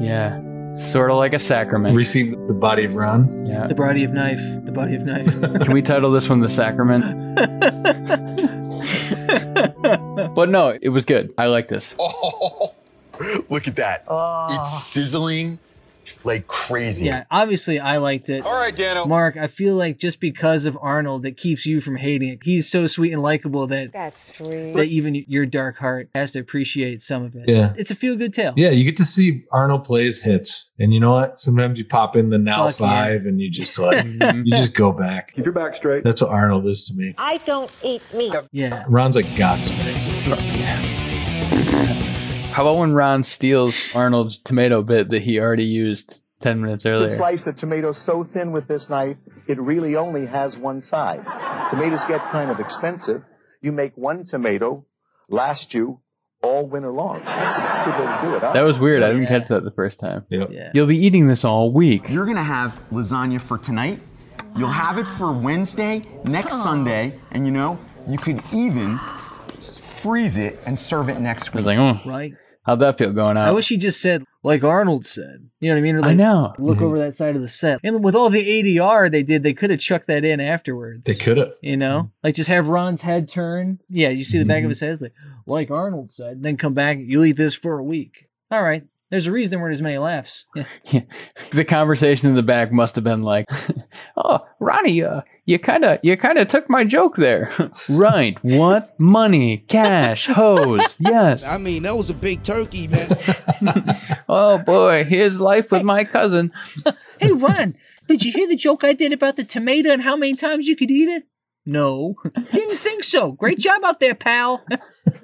S11: yeah. Sort of like a sacrament.
S10: Received the body of Ron.
S11: Yeah.
S9: the body of knife. The body of knife.
S11: Can we title this one The <laughs> Sacrament? but no, it was good. I like this.
S19: Look at that. It's sizzling like crazy.
S9: Yeah, obviously I liked it. All right, Dano. Mark, I feel like just because of Arnold, that keeps you from hating it. He's so sweet and likable that
S5: That's sweet.
S9: that even your dark heart has to appreciate some of it.
S10: Yeah.
S9: it's a feel good tale.
S10: Yeah, you get to see Arnold plays hits, and you know what? Sometimes you pop in the now
S9: Fuck yeah. Mm-hmm.
S10: five, and you just
S9: <laughs>
S10: like you just go back.
S27: Keep your back straight.
S10: That's what Arnold is to me.
S5: I don't eat meat.
S9: Yeah.
S10: Ron's a godsmack.
S11: How about when Ron steals Arnold's tomato bit that he already used ten minutes
S4: You
S11: earlier?
S4: can slice a tomato so thin with this knife, it really only has one side. Tomatoes get kind of expensive. You make one tomato last you all winter long. That's a good way to do it, huh?
S11: that was weird. I didn't catch that the first time.
S4: Yeah.
S11: You'll be eating this all week.
S25: You're gonna have lasagna for tonight. You'll have it for Wednesday, next Sunday, and you know you could even freeze it and serve it next
S11: I
S25: week.
S11: was like, oh,
S9: Right.
S11: how'd that feel
S10: Uh,
S11: going
S9: I
S11: out?
S9: wish he just said, like Arnold said. You know what I mean? Or
S11: I
S9: like,
S11: know.
S9: Look
S10: Mm-hmm.
S11: Mhm.
S9: over that side of the set. And with all the ADR they did, they could have chucked that in afterwards.
S10: They could Mm-hmm. have.
S9: You know, like just have Ron's head turn. Yeah, you see the
S10: Mm-hmm.
S9: back of his head, it's like, like Arnold said. Then come back, you will eat this for a week. All right. There's a reason there weren't as many laughs. Yeah.
S11: the conversation in the back must have been like, <laughs> "Oh, Ronnie, uh, you kind of you kind of took my joke there." <laughs> right? What money, cash, hose? Yes.
S24: I mean, that was a big turkey, man.
S11: Oh boy, here's life with my cousin.
S9: Hey, Ron, did you hear the joke I did about the tomato and how many times you could eat it? No. Didn't think so. Great job out there, pal.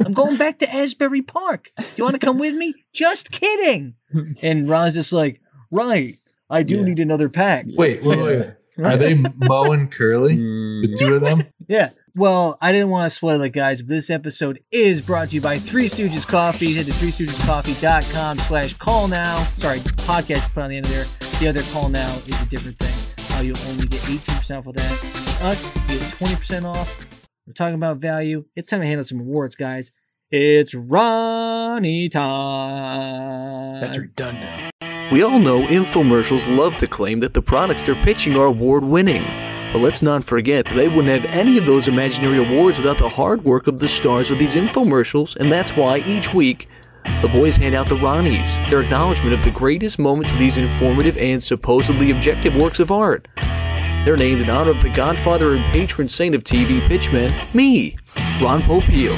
S9: I'm going back to Asbury Park. Do you want to come with me? Just kidding. And Ron's just like, right, I do need another pack.
S10: Wait, wait, wait. wait. Are
S9: <laughs>
S10: they Mo and Curly? The two of them?
S9: Yeah. Well, I didn't want to spoil it, guys, but this episode is brought to you by Three Stooges Coffee. Head to threestoogescoffee.com slash call now. Sorry, podcast put on the end of there. The other call now is a different thing. Uh, you'll only get 18% off with that. Us, you get 20% off. We're talking about value. It's time to hand out some awards, guys. It's Ronnie time. That's redundant.
S2: We all know infomercials love to claim that the products they're pitching are award winning. But let's not forget, they wouldn't have any of those imaginary awards without the hard work of the stars of these infomercials, and that's why each week, the boys hand out the Ronnies, their acknowledgement of the greatest moments of these informative and supposedly objective works of art. They're named in honor of the godfather and patron saint of TV pitchmen, me, Ron Popeil.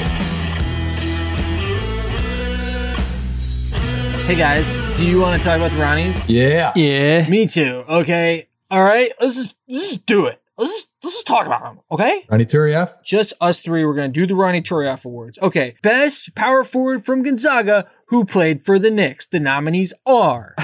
S9: Hey guys, do you want to talk about the Ronnies?
S10: Yeah.
S11: Yeah.
S9: Me too. Okay. All right. Let's just, let's just do it. Let's just, let's just talk about them. Okay.
S10: Ronnie Turioff?
S9: Just us three. We're gonna do the Ronnie Turioff awards. Okay. Best power forward from Gonzaga who played for the Knicks. The nominees are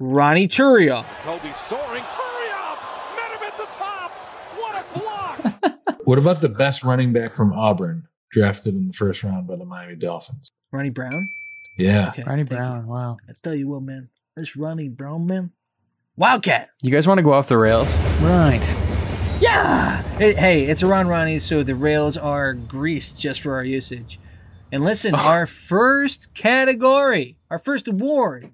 S9: Ronnie Turioff,
S16: Kobe soaring. Turioff met him at the top. What a block!
S10: What about the best running back from Auburn, drafted in the first round by the Miami Dolphins?
S9: Ronnie Brown.
S10: Yeah.
S11: Ronnie Brown. Wow.
S9: I tell you what, man. This Ronnie Brown, man. Wildcat.
S11: You guys want to go off the rails? Right.
S9: Yeah. Hey, hey, it's around Ronnie, so the rails are greased just for our usage. And
S11: <laughs>
S9: listen, our first category, our first award,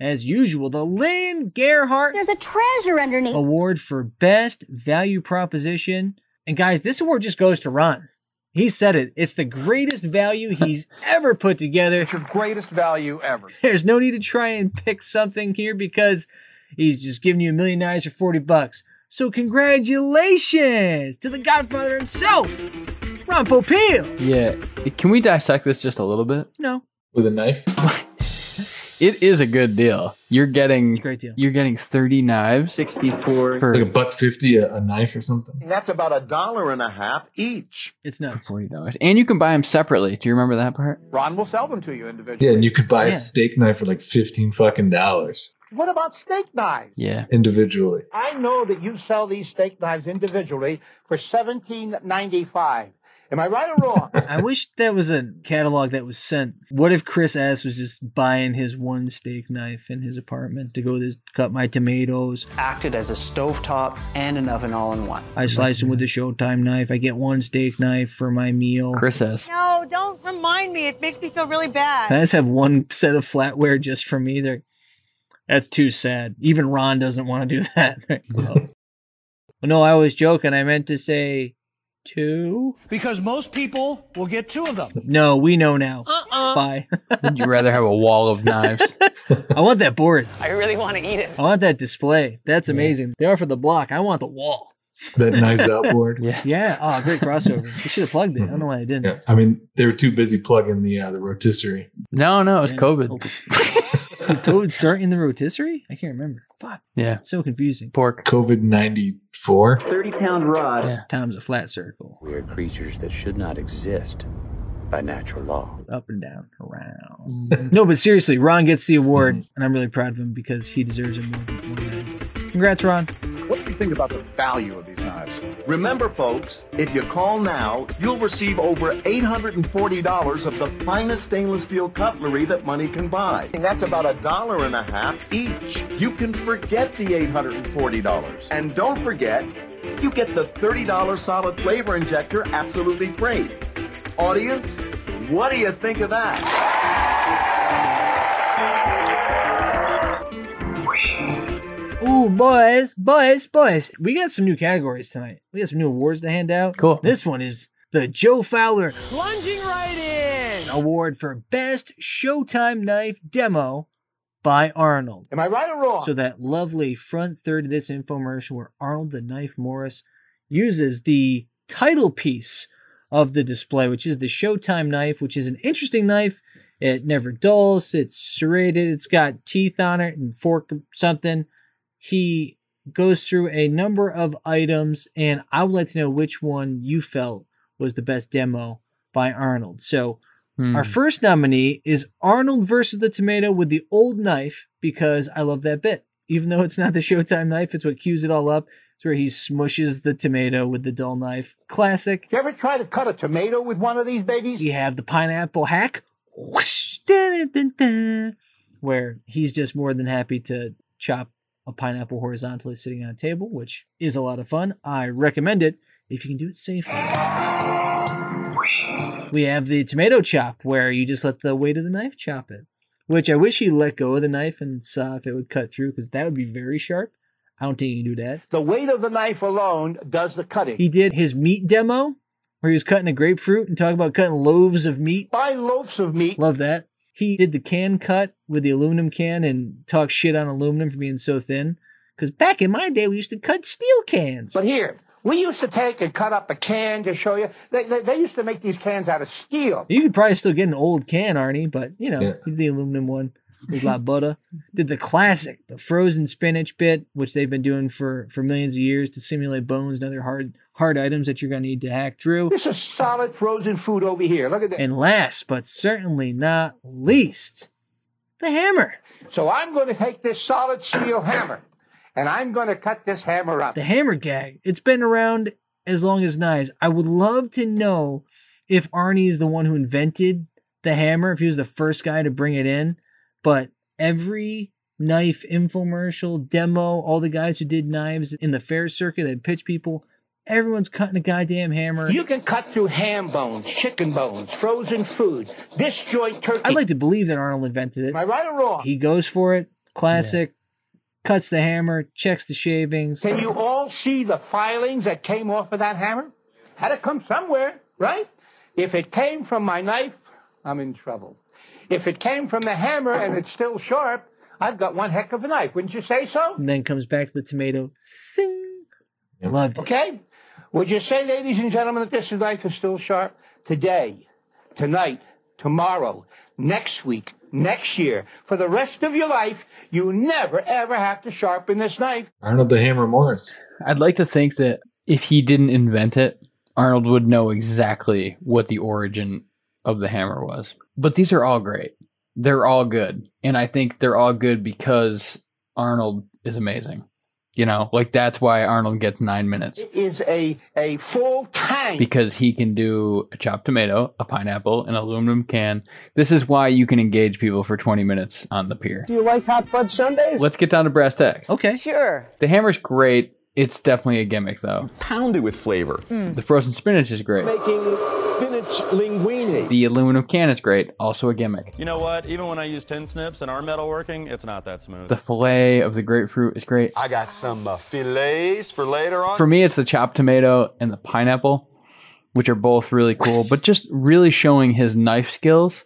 S9: as usual, the Lynn Gerhart. There's a treasure underneath. Award for best value proposition. And guys, this award just goes to Ron. He said it. It's the greatest value <laughs> he's ever put together. It's the greatest value ever. <laughs> There's no need to try and pick something here because he's just giving you a million dollars for 40 bucks. So congratulations to the Godfather himself, Ron Popeil.
S11: Yeah. Can we dissect this just a little bit?
S9: No.
S10: With a knife?
S11: It is a good deal. You're getting
S9: great deal.
S11: You're getting 30 knives.
S10: 64. like a buck 50, a, a knife or something?
S4: And that's about a dollar and a half each.
S9: It's nuts.
S11: Forty dollars, and you can buy them separately. Do you remember that part?
S4: Ron will sell them to you individually.
S10: Yeah, and you could buy a steak knife for like 15 fucking dollars
S2: What about steak knives?
S11: Yeah.
S10: individually.
S2: I know that you sell these steak knives individually for seventeen ninety five. Am I right or wrong?
S9: I wish that was a catalog that was sent. What if Chris S was just buying his one steak knife in his apartment to go to cut my tomatoes?
S14: Acted as a stovetop and an oven all in one.
S9: I slice them with a Showtime knife. I get one steak knife for my meal.
S11: Chris S.
S6: No, don't remind me. It makes me feel really bad.
S9: Can I just have one set of flatware just for me? They're, that's too sad. Even Ron doesn't want to do that. <laughs> Well, no, I was joking. I meant to say two.
S2: Because most people will get two of them.
S9: No, we know now. Bye.
S11: Would you rather have a wall
S9: <laughs>
S11: of knives?
S9: I want that board.
S1: I really want to eat it.
S9: I want that display. That's amazing. They are for the block. I want the wall.
S10: That knives out board.
S11: Yeah.
S9: Yeah. Oh, great crossover. We should have plugged it. I don't know why I didn't.
S10: I mean, they were too busy plugging the uh, the rotisserie.
S11: No, no, it was COVID.
S9: Did COVID start Oh, in the rotisserie? I can't remember. Fuck.
S11: Yeah.
S9: So confusing.
S11: Pork.
S10: COVID 94.
S7: 30 pound rod.
S9: Times a flat circle.
S7: We are creatures that should not exist by natural law.
S9: Up and down, around. no, but seriously, Ron gets the award, and I'm really proud of him because he deserves it more than more than that. Congrats, Ron.
S4: What do you think about the value of these knives? Remember, folks, if you call now, you'll receive over $840 of the finest stainless steel cutlery that money can buy. And that's about a dollar and a half each. You can forget the $840. And don't forget, you get the $30 solid flavor injector absolutely free. Audience, what do you think of that?
S9: Ooh, boys, boys, boys. We got some new categories tonight. We got some new awards to hand out. Cool. This one is the Joe Fowler
S3: Lunging right in.
S9: Award for Best Showtime Knife Demo by Arnold.
S4: Am I right or wrong?
S9: So that lovely front third of this infomercial where Arnold the Knife Morris uses the title piece of the display, which is the Showtime knife, which is an interesting knife. It never dulls. It's serrated. It's got teeth on it and fork something. He goes through a number of items, and I would like to know which one you felt was the best demo by Arnold. So
S11: Hmm.
S9: our first nominee is Arnold versus the tomato with the old knife because I love that bit. Even though it's not the Showtime knife, it's what cues it all up. It's where he smushes the tomato with the dull knife. Classic.
S7: You ever try to cut a tomato with one of these babies?
S9: We have the pineapple hack, whoosh, dun-dun-dun-dun, where he's just more than happy to chop a pineapple horizontally sitting on a table, which is a lot of fun. I recommend it if you can do it safely. We have the tomato chop, where you just let the weight of the knife chop it. Which I wish he let go of the knife and saw if it would cut through, because that would be very sharp. I don't think you can do that.
S7: The weight of the knife alone does the cutting.
S9: He did his meat demo, where he was cutting a grapefruit and talking about cutting loaves of meat.
S7: Buy loaves of meat.
S9: Love that. He did the can cut with the aluminum can and talked shit on aluminum for being so thin. Because back in my day, we used to cut steel cans.
S7: But here, we used to take and cut up a can to show you. They, they, they used to make these cans out of steel.
S9: You could probably still get an old can, Arnie, but you know, you did the aluminum one with La Butter. Did the classic, the frozen spinach bit, which they've been doing for, for millions of years to simulate bones and other hard hard items that you're gonna need to hack through.
S7: This is solid frozen food over here. Look at that.
S9: And last but certainly not least, the hammer.
S7: So I'm going to take this solid steel hammer, and I'm going to cut this hammer up.
S9: The hammer gag. It's been around as long as knives. I would love to know if Arnie is the one who invented the hammer, if he was the first guy to bring it in. But every knife infomercial, demo, all the guys who did knives in the fair circuit and pitch people, everyone's cutting a goddamn hammer.
S7: You can cut through ham bones, chicken bones, frozen food, disjoint turkey.
S9: I'd like to believe that Arnold invented it.
S7: Am I right or wrong?
S9: He goes for it. Classic. Cuts the hammer, checks the shavings.
S7: Can you all see the filings that came off of that hammer? Had to come somewhere, right? If it came from my knife, I'm in trouble. If it came from the hammer and it's still sharp, I've got one heck of a knife. Wouldn't you say so?
S9: and then comes back to the tomato. Sing. Loved it.
S7: Okay? Would you say, ladies and gentlemen, that this knife is still sharp? Today, tonight, tomorrow, next week, next year, for the rest of your life, you never ever have to sharpen this knife.
S10: Arnold the Hammer Morris.
S11: I'd like to think that if he didn't invent it, Arnold would know exactly what the origin of the hammer was. But these are all great. They're all good. And I think they're all good because Arnold is amazing. You know, like that's why Arnold gets nine minutes
S7: It is a, a full tank.
S11: because he can do a chopped tomato, a pineapple, an aluminum can. This is why you can engage people for 20 minutes on the pier.
S1: Do you like hot fudge sundaes?
S11: Let's get down to brass tacks.
S9: Okay.
S1: Sure.
S11: The hammer's great. It's definitely a gimmick, though.
S25: Pounded with flavor.
S11: The frozen spinach is great.
S7: Making spinach linguine.
S11: The aluminum can is great, also a gimmick.
S12: You know what? Even when I use tin snips and our metalworking, it's not that smooth.
S11: The fillet of the grapefruit is great.
S12: I got some uh, fillets for later on.
S11: For me, it's the chopped tomato and the pineapple, which are both really cool, but just really showing his knife skills.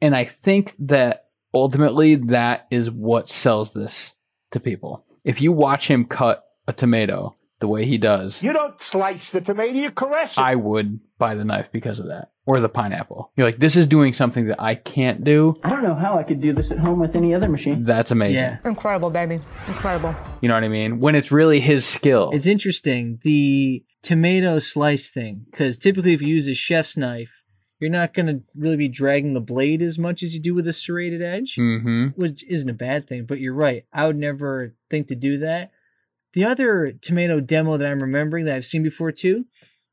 S11: And I think that ultimately that is what sells this to people. If you watch him cut a tomato the way he does,
S7: You don't slice the tomato, you caress it.
S11: I would buy the knife because of that. Or the pineapple. You're like, this is doing something that I can't do.
S15: I don't know how I could do this at home with any other machine.
S11: That's amazing.
S15: Incredible, baby. Incredible.
S11: You know what I mean? When it's really his skill.
S9: It's interesting the tomato slice thing because typically if you use a chef's knife, You're not going to really be dragging the blade as much as you do with a serrated edge,
S11: Mm-hmm.
S9: which isn't a bad thing, but you're right. I would never think to do that. The other tomato demo that I'm remembering that I've seen before too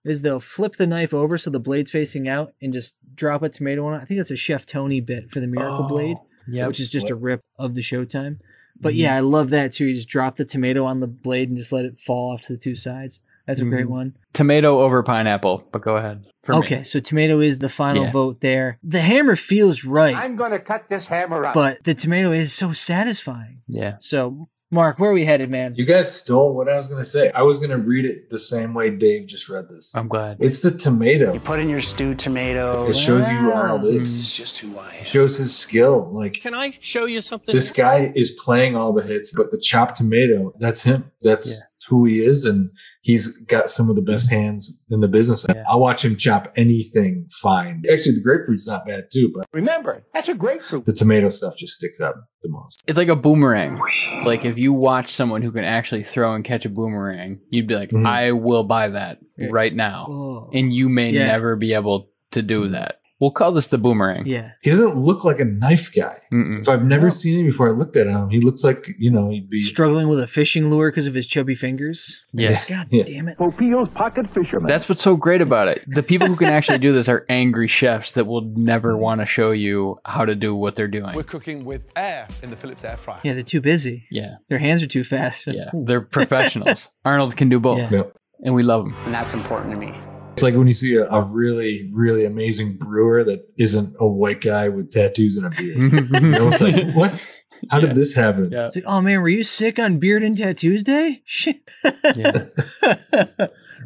S9: is they'll flip the knife over so the blade's facing out and just drop a tomato on it. I think that's a Chef Tony bit for the Miracle
S11: Oh,
S9: Blade,
S11: yep.
S9: which is just a rip of the Showtime. But
S11: Mhm.
S9: yeah, I love that too. You just drop the tomato on the blade and just let it fall off to the two sides. That's a great
S11: Mhm.
S9: one.
S11: Tomato over pineapple, but go ahead. For me.
S9: okay, so tomato is the final
S11: Yeah.
S9: vote there. The hammer feels right,
S7: I'm going to cut this hammer up.
S9: but the tomato is so satisfying.
S11: Yeah.
S9: So, Mark, where are we headed, man?
S10: You guys stole what I was going to say. I was going to read it the same way Dave just read this.
S11: I'm glad.
S10: It's the tomato.
S14: Put in your stewed tomato.
S10: It shows you who Arnold is.
S17: This is just who I am.
S10: It shows his skill. Like
S16: Can I show you something?
S10: this guy is playing all the hits, but the chopped tomato, that's him. That's who he is. And he's got some of the best hands in the business. I'll watch him chop anything fine. Actually, the grapefruit's not bad too, but
S7: Remember, that's a grapefruit.
S10: the tomato stuff just sticks out the most.
S11: It's like a boomerang. Like if you watch someone who can actually throw and catch a boomerang, you'd be like,
S10: Mhm.
S11: I will buy that
S9: Yeah.
S11: right now.
S9: Oh.
S11: And you may
S9: Yeah. Mm-hmm.
S11: never be able to do that. We'll call this the boomerang.
S9: Yeah.
S10: He doesn't look like a knife guy.
S11: Mm-mm.
S10: If I've never seen him before, I looked at him. He looks like, you know, he'd be
S9: Struggling with a fishing lure because of his chubby fingers.
S11: Yeah.
S9: God damn it.
S4: Popio's pocket fisherman.
S11: That's what's so great about it. The people who can actually do this are angry chefs that will never
S9: Mm-hmm.
S11: want to show you how to do what they're doing.
S8: We're cooking with air in the Phillips air fryer.
S9: Yeah, they're too busy.
S11: Yeah.
S9: Their hands are too fast.
S11: Yeah.
S9: <laughs>
S11: They're professionals. Arnold can do both.
S9: Yeah.
S10: Yep.
S11: And we love him.
S14: And that's important to me.
S10: It's like when you see a, a really, really amazing brewer that isn't a white guy with tattoos and a beard. You're almost like, what? How did this happen?
S9: It's like, oh man, were you sick on Beard and Tattoos Day? <laughs> Shit. <laughs>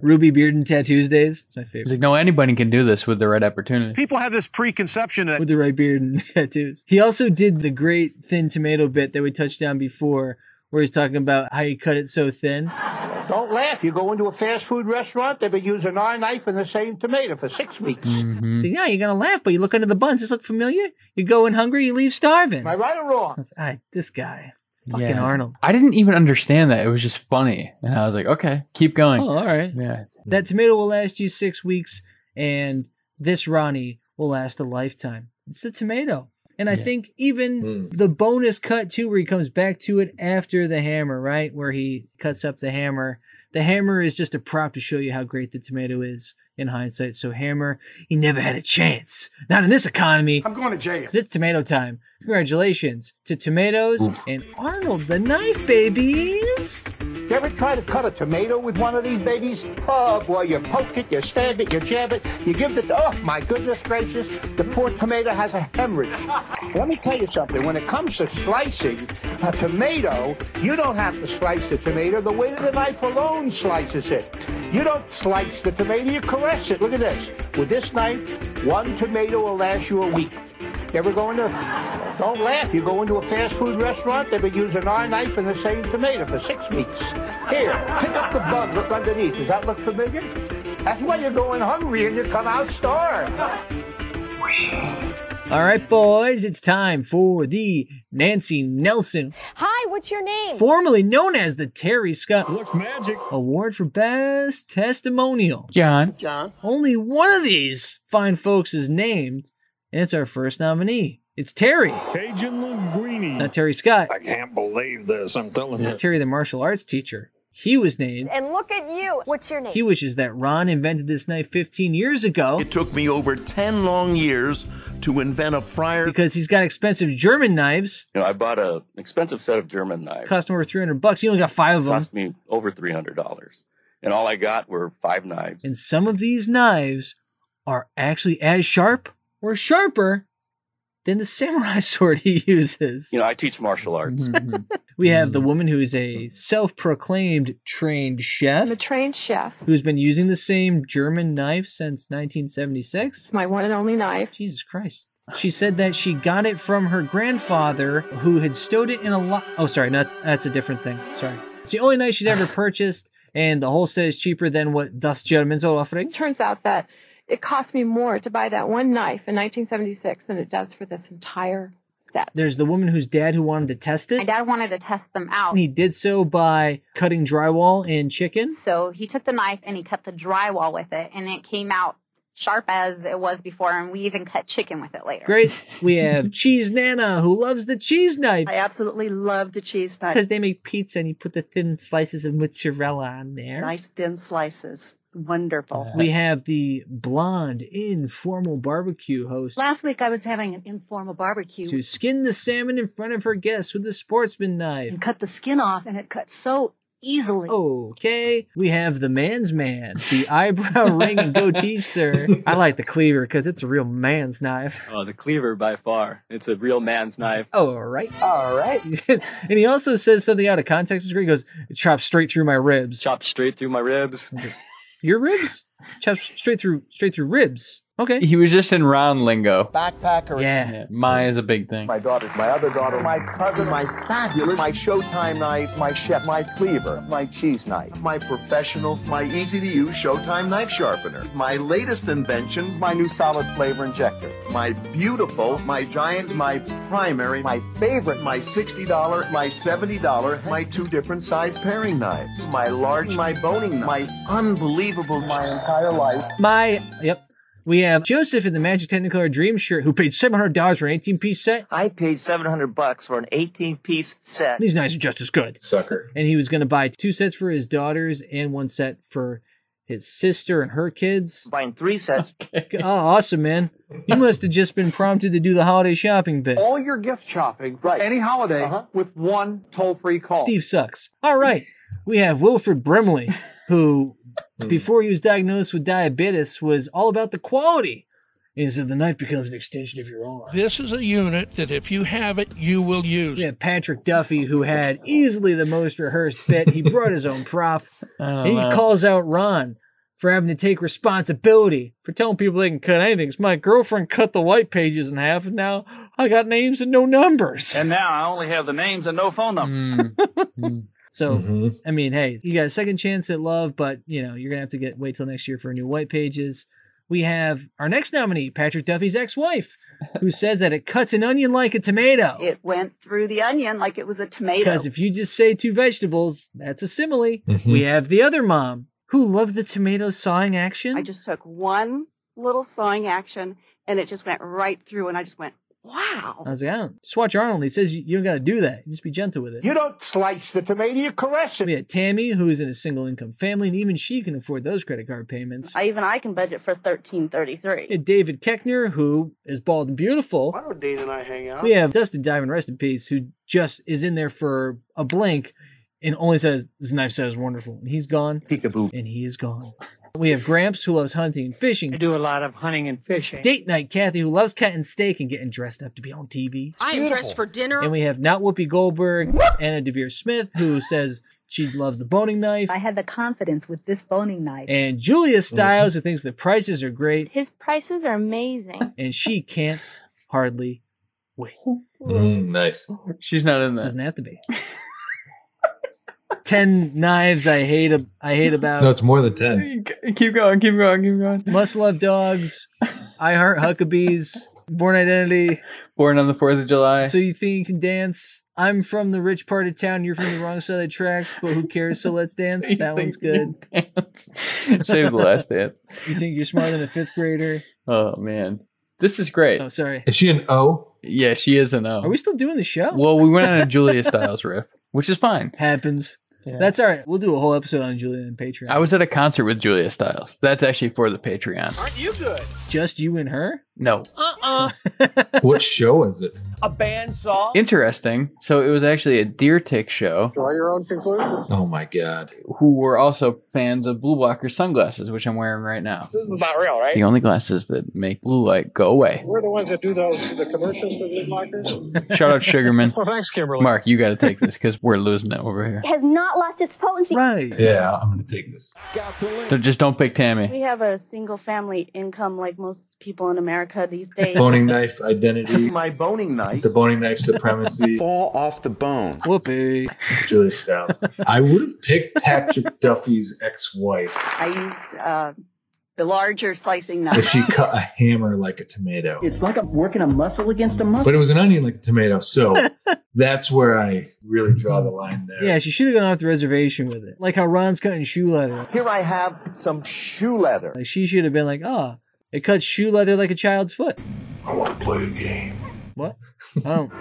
S9: Ruby Beard and Tattoos Days. It's my
S11: He's
S9: favorite.
S11: like, no, anybody can do this with the right opportunity.
S18: People have this preconception that
S9: With the right beard and <laughs> tattoos. He also did the great thin tomato bit that we touched on before, where he's talking about how you cut it so thin.
S7: Don't laugh. You go into a fast food restaurant, they've been using our knife and the same tomato for six weeks.
S11: Mm-hmm.
S9: So yeah, you're gonna laugh, but you look under the buns. Does this look familiar? You go in hungry, you leave starving.
S7: Am I right or wrong?
S9: I, this guy, fucking Arnold.
S11: I didn't even understand that. It was just funny. And I was like, okay, keep going.
S9: Oh, all right.
S11: Yeah.
S9: That tomato will last you six weeks, and this Ronnie will last a lifetime. It's the tomato. And I
S11: Yeah.
S9: think even the bonus cut, too, where he comes back to it after the hammer, right? Where he cuts up the hammer. The hammer is just a prop to show you how great the tomato is in hindsight. So, hammer, you never had a chance. Not in this economy. I'm going to jail. It's tomato time. Congratulations to tomatoes and Arnold the knife, babies.
S7: You ever try to cut a tomato with one of these babies? Oh boy, you poke it, you stab it, you jab it, you give the oh my goodness gracious, the poor tomato has a hemorrhage. Let me tell you something. When it comes to slicing a tomato, you don't have to slice the tomato. The weight of the knife alone slices it. You don't slice the tomato, you caress it. Look at this. With this knife, one tomato will last you a week. You ever go into? Don't laugh. You go into a fast food restaurant. They've been using our knife and the same tomato for six weeks. Here, pick up the bun. Look underneath. Does that look familiar? That's why you're going hungry and you come out starved.
S9: All right, boys, it's time for the Nancy Nelson,
S6: Hi, what's your name?
S9: formerly known as the Terry Scott Award for Best Testimonial.
S11: John.
S9: John. Only one of these fine folks is named, and it's our first nominee. It's Terry.
S18: Cajun Linguini.
S9: Not Terry Scott.
S18: I can't believe this. I'm telling
S9: It's Terry, the martial arts teacher. He was named.
S6: And look at you. What's your name?
S9: He wishes that Ron invented this knife 15 years ago.
S20: It took me over 10 long years to invent a fryer.
S9: Because he's got expensive German knives,
S21: You know, I bought a expensive set of German knives.
S9: cost him over 300 bucks. He only got five of them.
S21: cost me over three hundred dollars, and all I got were five knives.
S9: And some of these knives are actually as sharp or sharper than the samurai <laughs> sword he uses.
S21: You know, I teach martial arts.
S9: We have the woman who is a self proclaimed trained chef.
S22: I'm a trained chef.
S9: Who's been using the same German knife since 1976?
S22: My one and only knife.
S9: Jesus Christ. She said that she got it from her grandfather, who had stowed it in a lot. Oh, sorry, no, that's that's a different thing. Sorry, it's the only knife she's ever purchased, and the wholesale is cheaper than what Das Germans are offering.
S22: Turns out that it cost me more to buy that one knife in 1976 than it does for this entire set.
S9: There's the woman whose dad who wanted to test it.
S22: My dad wanted to test them out.
S9: And He did so by cutting drywall and chicken.
S23: So he took the knife and he cut the drywall with it, and it came out
S5: sharp as it was before, and we even cut chicken with it later.
S9: Great. We have Cheese Nana, who loves the cheese knife
S13: I absolutely love the cheese knife.
S9: because they make pizza and you put the thin slices of mozzarella on there.
S13: nice thin slices. Wonderful.
S9: We have the blonde informal barbecue host
S19: Last week I was having an informal barbecue
S9: to skin the salmon in front of her guests with a sportsman knife.
S19: and cut the skin off, and it cut so easily.
S13: Oh,
S9: Okay. We have the man's man, the eyebrow ring and goatee, sir. I like the cleaver because it's a real man's knife.
S23: Oh, the cleaver by far. It's a real man's knife.
S9: Oh, all right. All right. and he also says something out of context, which is great. He goes, it chops straight through my ribs.
S23: Chopped straight through my ribs.
S9: Your ribs? Chops straight through straight through ribs. Okay.
S11: He was just in round lingo.
S4: Backpacker.
S9: Yeah.
S11: My is a big thing.
S4: My daughters, my other daughter, my cousin, my fabulous, my Showtime knives, my chef, my cleaver, my cheese knife, my professional, my easy to use Showtime knife sharpener, my latest inventions, my new solid flavor injector, my beautiful, my giant, my primary, my favorite, my $60, my $70, my two different size pairing knives, my large, my boning, knife, my unbelievable, my entire life.
S9: My yep. We have Joseph in the Magic Technicolor Dream shirt who paid seven hundred dollars for an eighteen piece set.
S24: I paid 700 bucks for an 18 piece set.
S9: These knives are just as good.
S10: Sucker.
S9: And he was gonna buy two sets for his daughters and one set for his sister and her kids.
S24: Buying three
S9: <laughs>
S24: sets.
S9: Oh, awesome, man. You must have just been prompted to do the holiday shopping bit.
S7: All your gift shopping, right. any holiday,
S4: Uh-huh.
S7: with one toll-free
S4: Oh.
S7: call.
S9: Steve sucks. All right. We have Wilfred Brimley, who, before he was diagnosed with diabetes, was all about the quality. And so the knife becomes an extension of your arm.
S24: This is a unit that if you have it, you will use.
S9: We have Patrick Duffy, who had easily the most rehearsed bit. He brought his own prop. And he
S11: know.
S9: calls out Ron for having to take responsibility for telling people they can cut anything. So my girlfriend cut the white pages in half, and now I got names and no numbers.
S24: And now I only have the names and no phone numbers.
S11: Hmm.
S10: Mm-hmm.
S9: So I mean, hey, you got a second chance at love, but you know you're gonna have to get wait till next year for new white pages. We have our next nominee, Patrick Duffy's ex-wife,
S13: <laughs>
S9: who says that it cuts an onion like a tomato.
S13: Mm. It went through the onion like it was a tomato.
S9: Because if you just say two vegetables, that's a simile. We have the other mom who loved the tomato sawing action.
S13: I just took one little sawing action and it just went right through, and I just went, wow.
S9: I was like, I don't. Swatch Arnold. He says you, you don't got to do that. You just be gentle with it.
S7: You don't slice the tomato, you caress it.
S9: We had Tammy, who is in a single-income family, and even she can afford those credit card payments.
S13: I, even I can budget for thirteen thirty-three.
S9: We had David Keckner, who is bald and beautiful.
S23: Why don't Dean and I hang out?
S9: We have Dustin Diamond, rest in peace, who just is in there for a blink and only says, This knife says wonderful. And he's gone. Peekaboo. And he is gone. We have Gramps, who loves hunting and fishing. I do a lot of hunting and fishing. Date night, Kathy, who loves cutting steak and getting dressed up to be on TV.
S26: I am dressed for dinner.
S9: And we have not Whoopi Goldberg, Anna DeVere Smith, who says she loves the boning knife.
S26: I had the confidence with this boning knife.
S9: And Julia Stiles, who thinks the prices are great,
S27: His prices are amazing.
S9: and she can't hardly wait.
S10: Mm-hmm. nice.
S11: She's
S9: <laughs>
S11: not in that.
S9: Doesn't have to be. Ten knives I hate. ab- I hate about
S10: No, it's more than 10.
S11: Keep going, keep going, keep going.
S9: must love dogs. I heart Huckabees. Born identity.
S11: Born on the 4th of July.
S9: So you think you can dance? I'm from the rich part of town. You're from the wrong side of the tracks. But who cares? So
S11: <laughs>
S9: let's dance.
S11: you
S9: that one's
S11: think you
S9: good.
S11: <laughs> Save the last dance.
S9: You think you're smarter than a fifth grader?
S11: Oh, man. This is great.
S9: Oh, sorry.
S10: Is she an O?
S11: Yeah, she is an O.
S9: Are we still doing the show?
S11: well, we went on a Julia Stiles riff, which is fine.
S9: Happens.
S11: Yeah.
S9: That's all right. We'll do a whole episode on Julia and Patreon.
S11: I was at a concert with Julia Stiles. That's actually for the Patreon.
S24: Aren't you good?
S9: Just you and her.
S11: No.
S24: Uh-uh.
S10: What show is it?
S24: A bandsaw.
S11: Interesting. So it was actually a deer tick show
S23: Draw your own conclusions.
S10: Oh my God.
S11: who were also fans of Blue Blocker sunglasses, which I'm wearing right now.
S23: This is not real, right?
S11: The only glasses that make blue light go away.
S23: We're the ones that do those the commercials for these lockers.
S11: Shout
S23: <laughs>
S11: out Sugarman.
S23: Well, thanks, Kimberly.
S11: Mark, you got to take this because we're losing it over here.
S26: It has not lost its potency.
S9: Right.
S10: Yeah, I'm going to take this.
S11: So just don't pick Tammy.
S13: We have a single family income like most people in America these days.
S10: Boning knife identity.
S4: <laughs> My boning knife.
S10: The boning knife supremacy.
S25: Fall off the bone.
S9: Whoopee.
S10: Julia Stiles. I would have picked Patrick Duffy's ex-wife
S13: I used uh, the larger slicing
S10: if
S13: knife.
S10: she cut a hammer like a tomato.
S15: It's like I'm working a muscle against a muscle.
S10: But it was an onion like a tomato,
S9: <laughs>
S10: so that's where I really draw the line there.
S9: Yeah, she should have gone off the reservation with it. Like how Ron's cutting shoe leather.
S4: Here I have some shoe leather.
S9: Like she should have been like, oh, It cuts shoe leather like a child's foot.
S10: I want to play a game.
S9: What? I don't.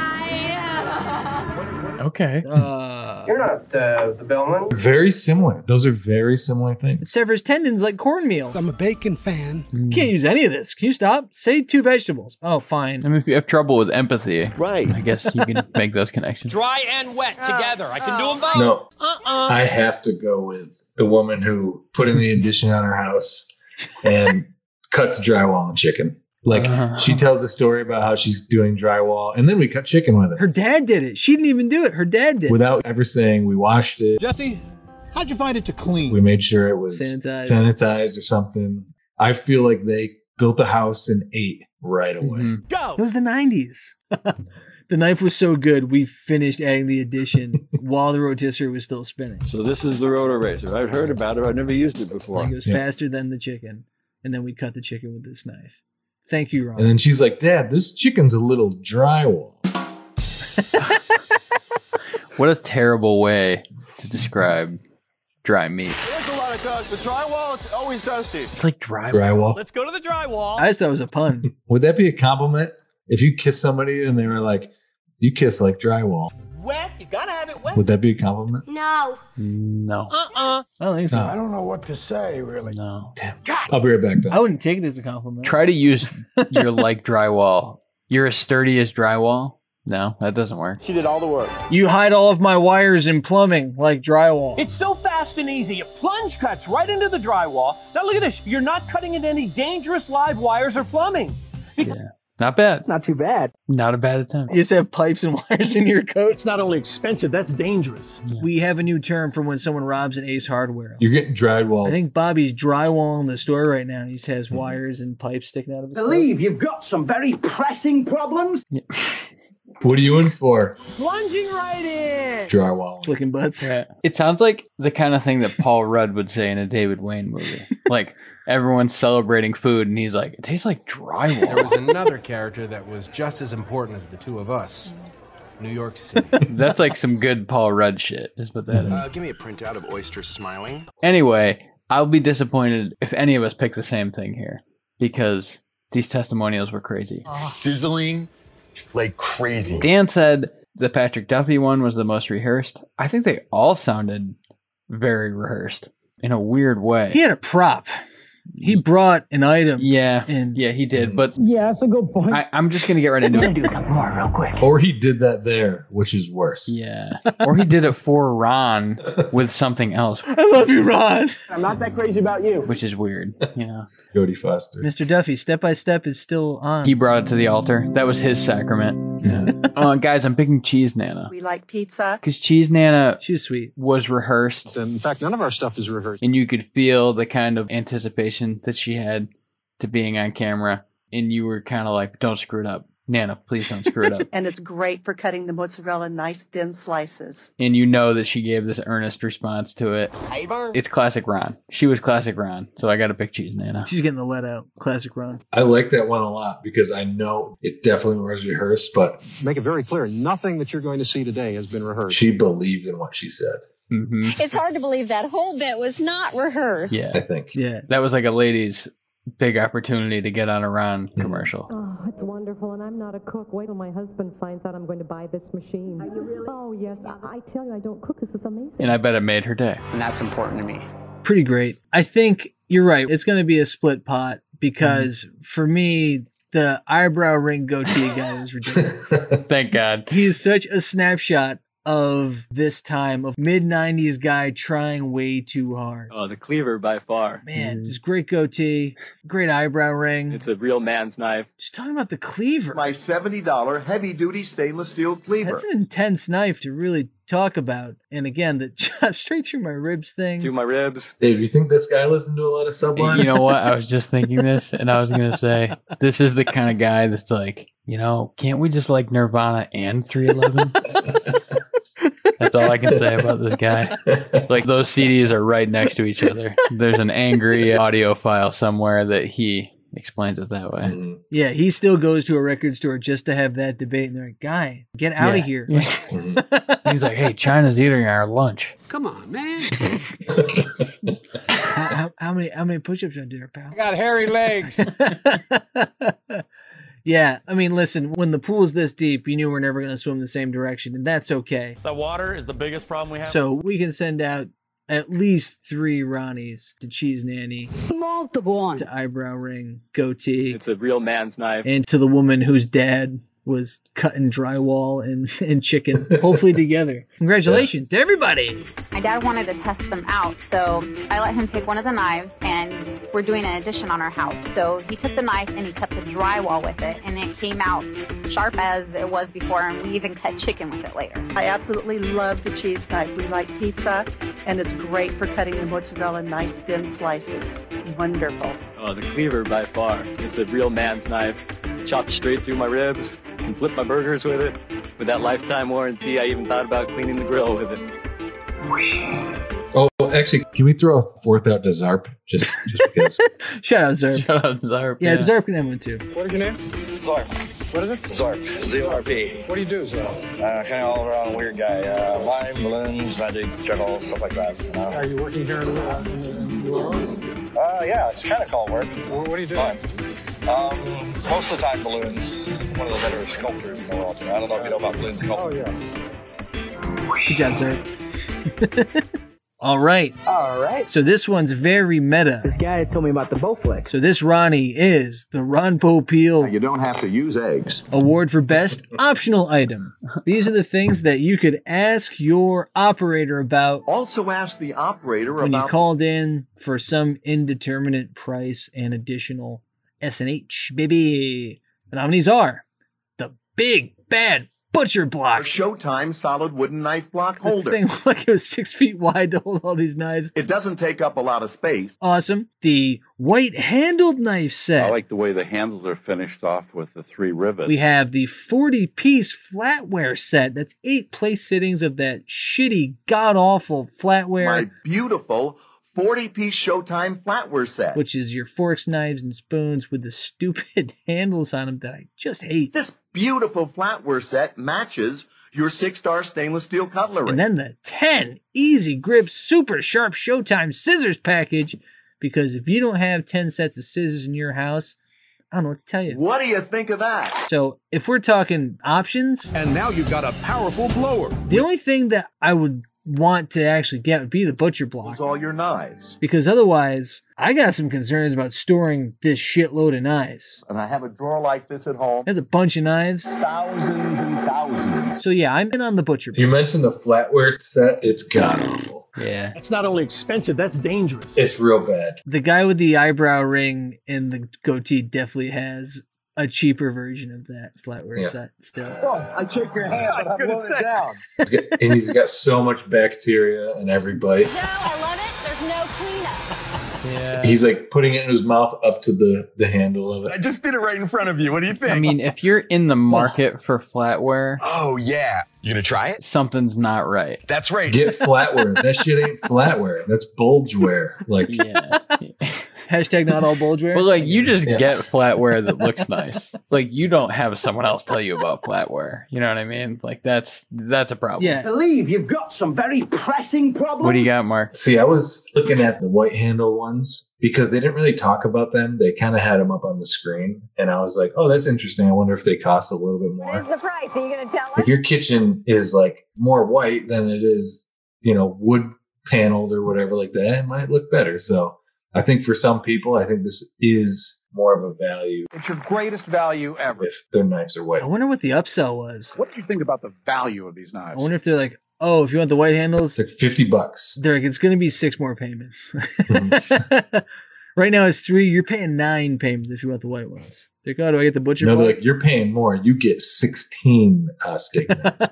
S8: <laughs>
S11: Okay.
S9: Uh,
S1: You're not uh, the bellman.
S10: Very similar. Those are very similar things.
S9: It severs tendons like cornmeal. I'm a bacon fan. Can't use any of this. Can you stop? Say two vegetables. Oh, fine.
S11: I mean, if you have trouble with empathy,
S21: right?
S11: I guess you can make those connections.
S2: Dry and wet together. I can do them both.
S10: No,
S2: Uh-uh.
S10: I have to go with the woman who put in the addition on her house and cuts drywall and chicken. Like
S9: Uh-huh.
S10: she tells the story about how she's doing drywall, and then we cut chicken with it
S9: Her dad did it. She didn't even do it. Her dad did.
S10: without ever saying we washed it.
S9: Jesse, how'd you find it to clean?
S10: We made sure it was
S9: Sanitized.
S10: sanitized, or something. I feel like they built a house and ate right away.
S9: Go. It was the nineties. <laughs> the knife was so good. We finished adding the addition while the rotisserie was still spinning.
S3: So this is the rotor razor. I've heard about it. I've never used it before.
S9: Like it was faster than the chicken, and then we cut the chicken with this knife. Thank you, Ron.
S10: And then she's like, "Dad, this chicken's a little drywall."
S11: What a terrible way to describe dry meat.
S1: There's a lot of dust. The drywall is always dusty.
S11: It's like dry.
S10: Drywall.
S1: Let's go to the drywall.
S9: I just thought it was
S10: <laughs>
S9: a pun.
S10: Would that be a compliment if you kiss somebody and they were like, "You kiss like drywall"?
S2: Wet. You gotta have it wet.
S10: Would that be a compliment?
S2: No.
S11: No.
S2: Uh-uh.
S9: I don't think so.
S10: No. I don't
S9: know what to say, really.
S11: No.
S10: I'll be right back. Though.
S9: I wouldn't take it as a compliment.
S11: Try to use your like drywall. You're as sturdy as drywall. No, that doesn't work.
S1: She did all the work.
S9: You hide all of my wires in plumbing like drywall.
S2: It's so fast and easy. It plunge cuts right into the drywall. Now look at this. You're not cutting into any dangerous live wires or plumbing.
S11: Not bad.
S2: Not too bad.
S11: Not a bad attempt.
S9: You just have pipes and <laughs> wires in your coat.
S2: It's not only expensive, that's dangerous.
S9: We have a new term for when someone robs an Ace Hardware.
S10: You're getting drywall.
S9: I think Bobby's drywalling the store right now. He just has wires and pipes sticking out of his.
S15: Believe you've got some very pressing problems.
S10: What are you in for?
S2: Plunging right in.
S10: Drywall.
S9: Flicking butts.
S11: It sounds like the kind of thing that Paul Rudd would say in a David Wayne movie. Like everyone's celebrating food and he's like, it tastes like drywall.
S3: <laughs>
S2: There was another character that was just as important as the two of us. New York City.
S11: That's like some good Paul Rudd shit, is what that is.
S4: Mhm.
S2: Uh, give me a printout of Oyster smiling.
S11: Anyway, I'll be disappointed if any of us pick the same thing here because these testimonials were crazy.
S25: Sizzling like crazy.
S11: Dan said the Patrick Duffy one was the most rehearsed. I think they all sounded very rehearsed in a weird way.
S9: He had a prop. He brought an item.
S11: Yeah.
S9: And
S11: yeah, he did. But
S2: yeah, that's a good point.
S11: I, I'm just gonna get right into it.
S2: more real quick.
S10: Or he did that there, which is worse.
S11: Yeah. Or he did it for Ron with something else,
S9: I love you, Ron. <laughs>
S2: I'm not that crazy about you.
S11: which is weird. Yeah.
S10: Jody Foster.
S9: Mr. Duffy, step by step is still on.
S11: He brought it to the altar. That was his sacrament. Uh, guys, I'm picking Cheese Nana
S13: We like pizza.
S11: because Cheese Nana
S9: She's sweet.
S11: was rehearsed,
S2: In fact, none of our stuff is reversed.
S11: and you could feel the kind of anticipation that she had to being on camera, and you were kind of like, "Don't screw it up, Nana. Please don't
S12: <laughs>
S11: screw it up."
S3: and it's great for cutting the mozzarella in nice thin slices.
S11: and you know that she gave this earnest response to it. It's classic Ron. She was classic Ron, so I got to pick Cheese Nana.
S9: She's getting the let out. Classic Ron.
S10: I like that one a lot because I know it definitely was rehearsed, but
S2: Make it very clear, nothing that you're going to see today has been rehearsed.
S10: she believed in what she said.
S11: Mm-hmm.
S8: It's hard to believe that whole bit was not rehearsed.
S11: Yeah,
S10: I think.
S9: Yeah.
S11: that was like a lady's big opportunity to get on a Ron commercial.
S12: Oh, it's wonderful, and I'm not a cook. Wait till my husband finds out I'm going to buy this machine. Are you really? Oh yes, I, I tell you, I don't cook. This is amazing.
S11: And I bet it made her day.
S14: And that's important to me.
S9: Pretty great. I think you're right. It's going to be a split pot because for me, the eyebrow ring goatee guy
S10: <laughs>
S9: was ridiculous.
S11: Thank God.
S9: he is such a snapshot of this time of mid 90s guy trying way too hard.
S16: Oh, the cleaver by far.
S9: Man, just great goatee, great eyebrow ring.
S16: It's a real man's knife.
S9: just talking about the cleaver.
S4: My $70 heavy duty stainless steel cleaver.
S9: That's an intense knife to really talk about. And again, the <laughs> chop straight through my ribs thing.
S16: Through my ribs.
S10: Dave, you think this guy listened to a lot of Sublime? <laughs>
S11: You know what? I was <laughs> just thinking this, and I was going to say, this is the kind of guy that's like, you know, can't we just like Nirvana and 311? that's all I can say about this guy. Like, those CDs are right next to each other. There's an angry audio file somewhere that he explains it that way.
S10: Mhm.
S9: Yeah, he still goes to a record store just to have that debate. And they're like, guy, get out
S11: Yeah.
S9: of here.
S11: Yeah. He's like, hey, China's eating our lunch.
S2: Come on, man.
S9: how, how many how many push-ups you gonna do there, pal?
S5: I got hairy legs.
S9: <laughs> Yeah, I mean, listen, when the pool's this deep, you knew we're never going to swim the same direction, and that's okay.
S1: That water is the biggest problem we have.
S9: So we can send out at least three Ronnies to Cheese Nanny,
S6: Multiple ones.
S9: to Eyebrow Ring, Goatee,
S16: It's a real man's knife.
S9: and to the woman whose dad was cutting drywall and, and chicken,
S5: <laughs>
S9: hopefully together. Congratulations to everybody.
S17: My dad wanted to test them out, so I let him take one of the knives, and we're doing an addition on our house. So he took the knife and he cut the drywall with it, and it came out sharp as it was before, and we even cut chicken with it later.
S3: I absolutely love the cheese knife. We like pizza, and it's great for cutting the mozzarella in nice thin slices. Wonderful.
S16: Oh, the cleaver by far. It's a real man's knife. Chopped straight through my ribs. Can flip my burgers with it. With that lifetime warranty, I even thought about cleaning the grill with it.
S10: Oh, actually, can we throw a fourth out to Zarp? Just, just because. <laughs>
S9: Shout out, Zerp.
S11: <laughs> Shout out, Zarp.
S9: Yeah, Zerp can have one too.
S5: What is your name? Zarp. What is it? Zarp. Z-O-R-P. What do you do, Zarp?
S18: Uh, kind of all around weird guy. Uh, mime, balloons, magic, juggle, stuff like that. You know?
S5: Are you working here in uh, in New Orleans?
S18: Uh, yeah, it's kind of called work.
S5: What do you do?
S18: Fun. Um, most of the time, balloons. One of the better sculptors in the world. I don't know if you know about balloon
S5: Oh,
S18: sculpture.
S5: yeah.
S9: Good job, Zerp. <laughs> All right. All right. So this one's very meta. This guy told me about the Bowflex. So this Ronnie is the Ron Popeil.
S4: You don't have to use eggs.
S9: Award for best optional item. These are the things that you could ask your operator about
S4: Also ask the operator
S9: when you
S4: about
S9: called in for some indeterminate price and additional S and H, baby. The nominees are the Big Bad Butcher Block.
S4: Showtime solid wooden knife block
S9: That
S4: holder.
S9: thing <laughs> looked like it was six feet wide to hold all these knives.
S4: It doesn't take up a lot of space.
S9: Awesome. The white handled knife set.
S19: I like the way the handles are finished off with the three rivets.
S9: We have the 40 piece flatware set. That's eight place sittings of that shitty, god awful flatware,
S4: My beautiful 40 piece Showtime flatware set.
S9: which is your forks, knives, and spoons with the stupid <laughs> handles on them that I just hate.
S4: This beautiful flatware set matches your six star stainless steel cutlery.
S9: And then the 10 easy grip, super sharp Showtime scissors package. Because if you don't have 10 sets of scissors in your house, I don't know what to tell you.
S4: what do you think of that?
S9: So if we're talking options,
S5: And now you've got a powerful blower.
S9: the only thing that I would want to actually get would be the butcher block.
S4: Use all your knives.
S9: because otherwise I got some concerns about storing this shitload of knives.
S4: And I have a drawer like this at home.
S9: There's a bunch of knives.
S4: Thousands and thousands.
S9: So yeah, I'm in on the butcher.
S10: You mentioned the flatware set. It's god awful.
S11: Yeah.
S2: That's not only expensive, that's dangerous.
S10: It's real bad.
S9: The guy with the eyebrow ring and the goatee definitely has a cheaper version of that flatware
S10: Yeah.
S9: set still.
S5: Oh, I shook your hand, but I'm going down.
S10: He's got- and he's got so much bacteria in every bite.
S17: I love it. There's no cleanup.
S11: Yeah.
S10: He's like putting it in his mouth up to the, the handle of it.
S25: I just did it right in front of you. What do you think?
S11: I mean, if you're in the market for flatware,
S25: oh yeah, you gonna try it?
S11: something's not right.
S25: That's right.
S10: Get flatware. That shit ain't flatware. That's bulgeware. Like
S11: Yeah.
S9: Hashtag not all bulgeware.
S11: But like you just
S10: Yeah.
S11: get flatware that looks nice. Like you don't have someone else tell you about flatware. You know what I mean? Like that's that's a problem.
S9: yeah.
S15: Believe you've got some very pressing problems.
S11: What do you got, Mark?
S10: See, I was looking at the white handle ones because they didn't really talk about them. They kind of had them up on the screen, and I was like, "Oh, that's interesting. I wonder if they cost a little bit more."
S17: the price? Are you going to tell
S10: If your kitchen is like more white than it is, you know, wood paneled or whatever like that, it might look better. So, I think for some people, I think this is more of a value
S5: It's your greatest value ever.
S10: if their knives are white.
S9: I wonder what the upsell was.
S5: What do you think about the value of these
S9: I
S5: knives?
S9: wonder if they're like, oh, if you want the white handles,
S10: It's like fifty bucks.
S9: they're like, it's gonna be six more payments.
S10: Hmm.
S9: <laughs> right now it's three. You're paying nine payments if you want the white ones. They're like, oh, do I get the butcher?
S10: no,
S9: block?
S10: they're like you're paying more. You get sixteen uh, steak knives.
S9: <laughs>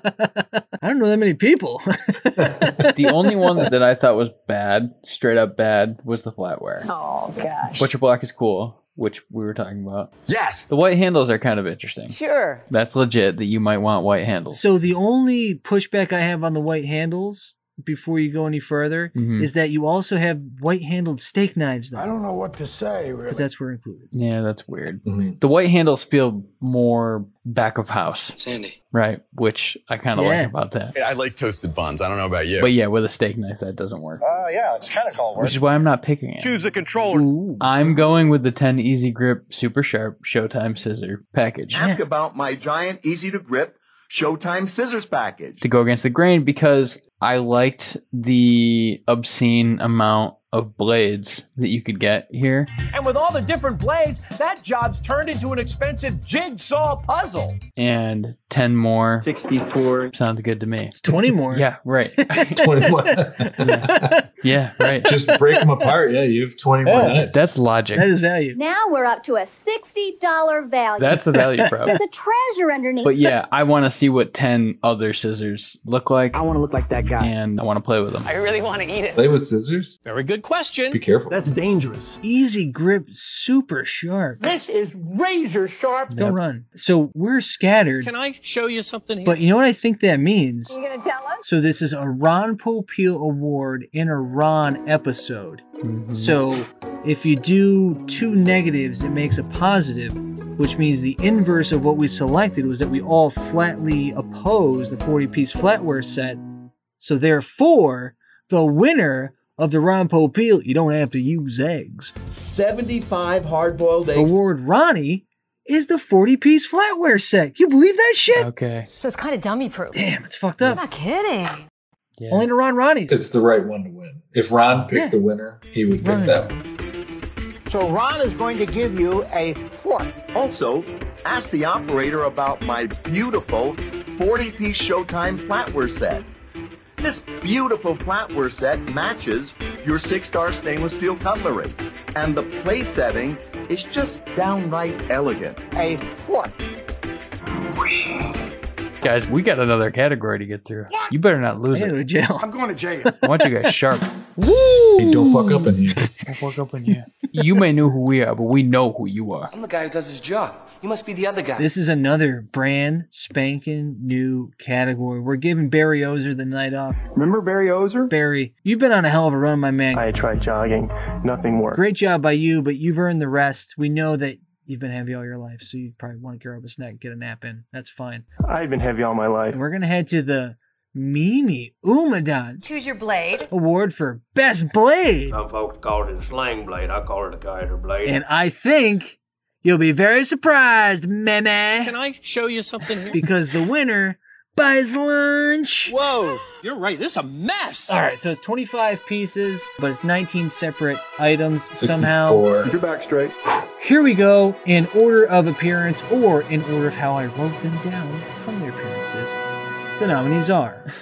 S9: I don't know that many people.
S11: <laughs>
S9: <laughs>
S11: The only one that I thought was bad, straight up bad, was the flatware.
S6: Oh, gosh.
S11: Butcher block is cool, which we were talking about.
S25: Yes.
S11: The white handles are kind of interesting.
S6: Sure.
S11: That's legit that you might want white handles.
S9: so the only pushback I have on the white handles before you go any further
S11: Mhm.
S9: is that you also have white-handled steak knives. Though,
S7: I don't know what to say, really.
S9: because that's where included.
S11: Yeah, that's weird.
S10: Mm-hmm. <laughs>
S11: The white handles feel more back of house.
S20: Sandy.
S11: Right, which I kind of
S20: Yeah.
S11: like about that.
S20: I like toasted buns. I don't know about you.
S11: But yeah, with a steak knife, that doesn't work.
S20: Uh, yeah, it's kind of called work.
S11: Which is why I'm not picking it.
S20: a controller.
S11: I'm going with the 10 Easy Grip Super Sharp Showtime Scissor package
S4: Ask about my giant, easy to grip Showtime scissors package.
S11: to go against the grain because I liked the obscene amount of blades that you could get here.
S2: And with all the different blades, that job's turned into an expensive jigsaw puzzle.
S11: And 10 more. 64. Sounds good to me.
S9: 20 more.
S11: Yeah,
S20: <laughs>
S11: right.
S10: 20 more.
S11: Yeah, right.
S10: Just break them apart. Yeah, you have 20 more
S11: Yeah.
S10: knives.
S11: That's logic.
S9: That is value.
S22: Now we're up to a $60 value.
S11: That's the value prop.
S22: There's a treasure underneath.
S11: But yeah, I want to see what 10 other scissors look like. I want to look like that guy. And I want to play with them.
S23: I really want to eat it.
S11: scissors?
S23: Very good question.
S11: Be careful.
S9: That's dangerous. Easy grip, super sharp.
S23: This is razor sharp.
S9: Don't run. So we're scattered.
S23: Can I show you something here?
S9: But you know what I think that means?
S23: you gonna tell us?
S9: So this is a Ron Popeil Award in a Ron episode. So if you do two negatives, it makes a positive, which means the inverse of what we selected was that we all flatly opposed the 40-piece flatware set. So therefore, the winner of the Ron Popeil, you don't have to use eggs. 75 hard-boiled eggs. Award Ronnie is the 40-piece flatware set. You believe that shit?
S11: Okay.
S24: So it's kind of dummy proof.
S9: Damn, it's fucked up.
S24: I'm not kidding.
S9: Only to Ron Ronnie's.
S10: It's the right one to win. If Ron picked the winner, he would pick that one.
S15: So Ron is going to give you a fork.
S4: Also, ask the operator about my beautiful 40 piece Showtime flatware set. This beautiful flatware set matches your six star stainless steel cutlery, and the place setting is just downright elegant.
S15: A fork.
S11: Guys, we got another category to get through. You better not lose it.
S15: I'm going to jail.
S11: I want you guys sharp.
S10: Hey, don't fuck up in here.
S11: Don't fuck up in here. You may know who we are, but we know who you are.
S14: I'm the guy who does his job. You must be the other guy.
S9: This is another brand spanking new category. We're giving Barry Ozer the night off. Remember Barry Ozer? Barry, you've been on a hell of a run, my man. I tried jogging, nothing worked. Great job by you, but you've earned the rest. We know that you've been heavy all your life, so you probably want to gear up a snack, get a nap in. That's fine.
S26: I've been heavy all my life.
S9: We're gonna head to the Mimi Umadon
S24: Choose your blade.
S9: Award for Best Blade,
S26: Some folks call it a slang blade. I call it a Kaiser blade.
S9: and I think you'll be very surprised, Meme.
S23: Can I show you something here?
S9: because the winner buys lunch.
S23: Whoa, you're right. This is a mess.
S9: All right, so it's 25 pieces, but it's 19 separate items
S10: Four.
S9: somehow.
S10: back straight.
S9: Here we go in order of appearance or in order of how I wrote them down from their appearances. The nominees are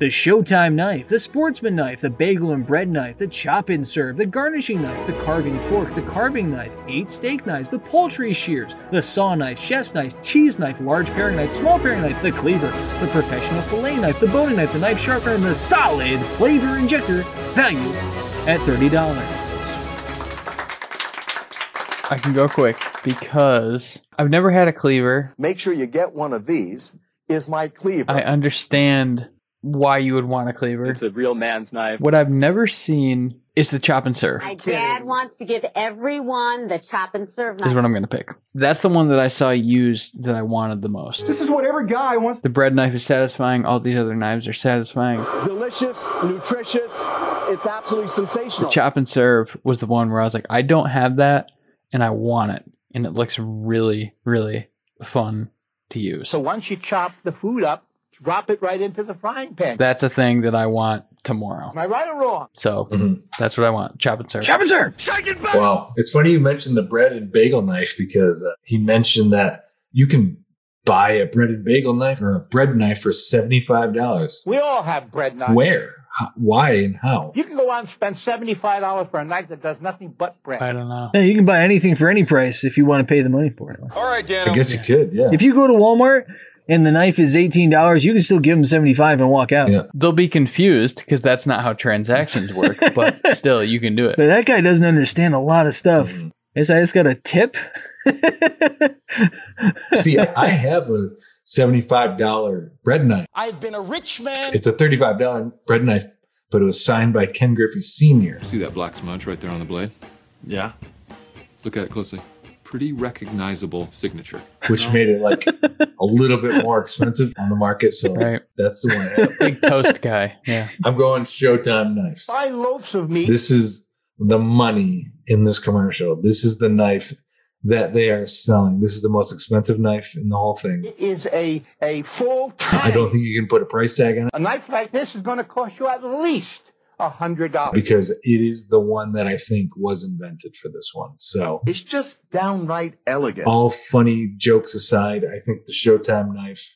S9: the Showtime knife, the Sportsman knife, the bagel and bread knife, the chop and serve, the garnishing knife, the carving fork, the carving knife, eight steak knives, the poultry shears, the saw knife, chef's knife, cheese knife, large paring knife, small paring knife, the cleaver, the professional fillet knife, the boning knife, the knife sharpener, and the solid flavor injector, value at $30.
S11: I can go quick because I've never had a cleaver.
S4: Make sure you get one of these, is my cleaver.
S11: I understand why you would want a cleaver.
S16: It's a real man's knife.
S11: What I've never seen is the chop and serve.
S27: My dad wants to give everyone the chop and serve
S11: Is
S27: knife.
S11: what I'm gonna pick. That's the one that I saw used that I wanted the most.
S27: is what every guy wants.
S11: The bread knife is satisfying. All these other knives are satisfying.
S28: Delicious, nutritious. It's absolutely
S11: The
S28: sensational.
S11: chop and serve was the one where I was like, I don't have that, and I want it, and it looks really, really fun to use.
S15: So once you chop the food up, drop it right into the frying pan.
S11: That's a thing that I want tomorrow.
S15: Am I right or wrong?
S11: So that's what I want. Chop and serve.
S10: Mm-hmm. Wow. It's funny you mentioned the bread and bagel knife because uh, he mentioned that you can buy a bread and bagel knife or a bread knife for $75.
S15: We all have bread knives.
S10: Where? How, why and how?
S15: You can go out and spend seventy-five dollars for a knife that does nothing but bread.
S11: I don't know.
S9: Yeah, you can buy anything for any price if you want to pay the money for it.
S10: All right, Dan. I guess you could, yeah.
S9: If you go to Walmart and the knife is eighteen dollars, you can still give them seventy five and walk out.
S11: They'll be confused because that's not how
S10: <laughs>
S11: transactions work, but still, you can do it.
S9: But that guy doesn't understand a lot of stuff. <laughs> Guess I just got a tip.
S10: See, I have a $75 bread knife.
S23: I've been a rich man.
S10: It's a $35 bread knife, but it was signed by Ken Griffey Sr.
S1: See that black smudge right there on the blade? Yeah. Look at it closely. Pretty recognizable signature.
S10: which made it like a little bit more expensive on the market. So that's the one. I have.
S11: Big toast guy. Yeah.
S10: I'm going Showtime knife.
S15: Five loaves of meat.
S10: This is the money in this commercial. This is the knife that they are selling. This is the most expensive knife in the whole thing.
S15: is a, a full
S10: I don't think you can put a price tag on it
S15: A knife like this is going to cost you at least a hundred dollars.
S10: because it is the one that I think was invented for this one. So
S4: It's just downright elegant.
S10: all funny jokes aside, I think the Showtime knife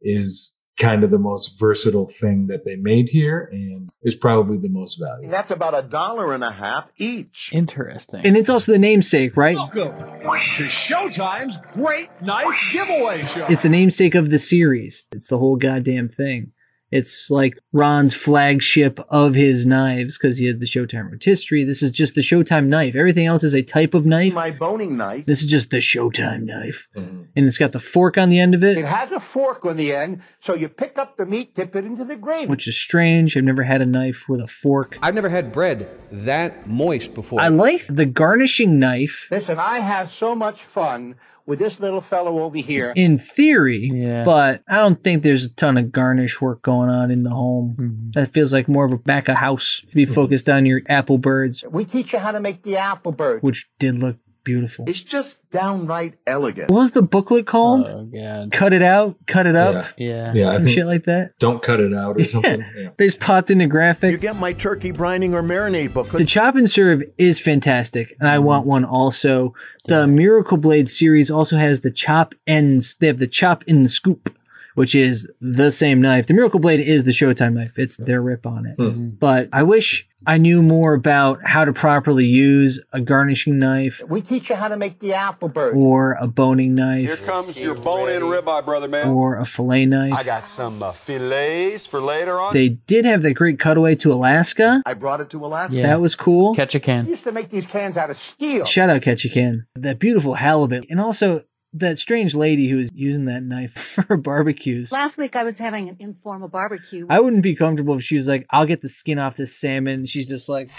S10: is kind of the most versatile thing that they made here and is probably the most valuable.
S4: That's about a dollar and a half each.
S11: Interesting.
S9: And it's also the namesake, right?
S4: Welcome to Showtime's Great Knife Giveaway Show.
S9: It's the namesake of the series. It's the whole goddamn thing. It's like Ron's flagship of his knives because he had the Showtime rotisserie. This is just the Showtime knife. Everything else is a type of knife.
S4: My boning knife.
S9: This is just the Showtime knife. And it's got the fork on the end of
S15: It
S9: it,
S15: has a fork on the end, so you pick up the meat, dip it into the gravy.
S9: which is strange. I've never had a knife with a fork.
S3: I've never had bread that moist before.
S9: I like the garnishing knife
S15: Listen, I have so much fun with this little fellow over here.
S9: in theory, but I don't think there's a ton of garnish work going on in the home. That feels like more of a back of house to be focused on your apple birds,
S15: we teach you how to make the apple bird.
S9: which did look beautiful.
S4: It's just downright elegant.
S9: What was the booklet called?
S11: Oh, God.
S9: Cut it out, cut it up.
S11: Uh, Yeah.
S10: Yeah, I
S9: Some
S10: think-
S9: shit like that.
S10: Don't cut it
S9: <laughs>
S10: out or something. Yeah.
S9: They just popped in the
S4: You
S9: graphic.
S4: get my turkey brining or marinade booklet.
S9: The chop and serve is fantastic, and I want one also. The Miracle Blade series also has the chop ends. They have the chop and scoop, which is the same knife. The Miracle Blade is the Showtime knife. It's their rip on it. But I wish I knew more about how to properly use a garnishing knife
S15: We teach you how to make the apple bird.
S9: or a boning knife
S7: comes your bone-in ribeye, brother man.
S9: or a fillet knife.
S7: I got some uh, fillets for later on.
S9: They did have that great cutaway to Alaska.
S4: I brought it to Alaska.
S9: That was cool.
S11: Catch a
S15: We
S11: can.
S15: used to make these cans out of steel.
S9: Oh. Shout out Ketchikan. That beautiful halibut. And also that strange lady who was using that knife <laughs> for barbecues.
S8: Last week I was having an informal barbecue.
S9: I wouldn't be comfortable if she was like, I'll get the skin off this salmon. She's just like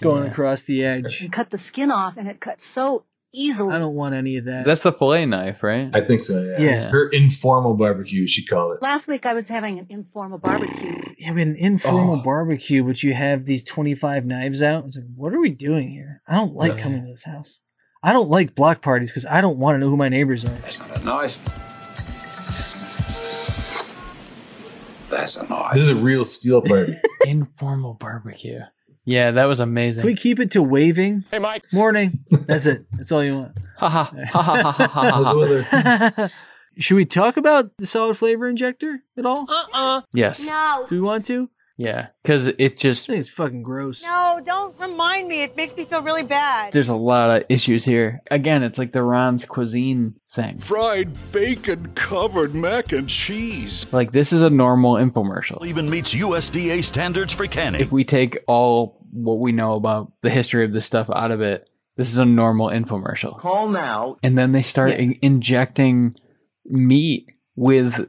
S9: going across the edge.
S8: and cut the skin off, and it cut so easily.
S9: I don't want any of that.
S11: That's the fillet knife, right?
S10: I think so. Yeah.
S9: Yeah.
S10: Her informal barbecue, she called it.
S8: Last week I was having an informal barbecue.
S9: I mean, an informal barbecue, but you have these 25 knives out. It's like, what are we doing here? I don't like
S7: Yeah.
S9: coming to this house. I don't like block parties because I don't want to know who my neighbors are.
S7: Nice. That's a nice.
S10: This is a real steel party.
S9: <laughs>
S11: Informal barbecue. Yeah, that was amazing.
S9: Can we keep it to waving?
S11: Hey, Mike.
S9: Morning. That's it. That's all you want.
S11: Ha ha ha ha ha ha ha.
S10: Those <laughs> were the-
S9: <laughs> Should we talk about the solid flavor injector at all? Uh uh
S11: Yes.
S9: No. Do we want to?
S11: Yeah, because it just
S9: I think it's fucking gross.
S12: No, don't remind me. It makes me feel really bad.
S11: there's a lot of issues here. Again, it's like the Ron's cuisine thing.
S13: Fried bacon covered mac and cheese.
S11: Like this is a normal infomercial.
S13: Even meets USDA standards for canning.
S11: If we take all what we know about the history of this stuff out of it, this is a normal infomercial.
S15: Call now.
S11: And then they start in- injecting meat with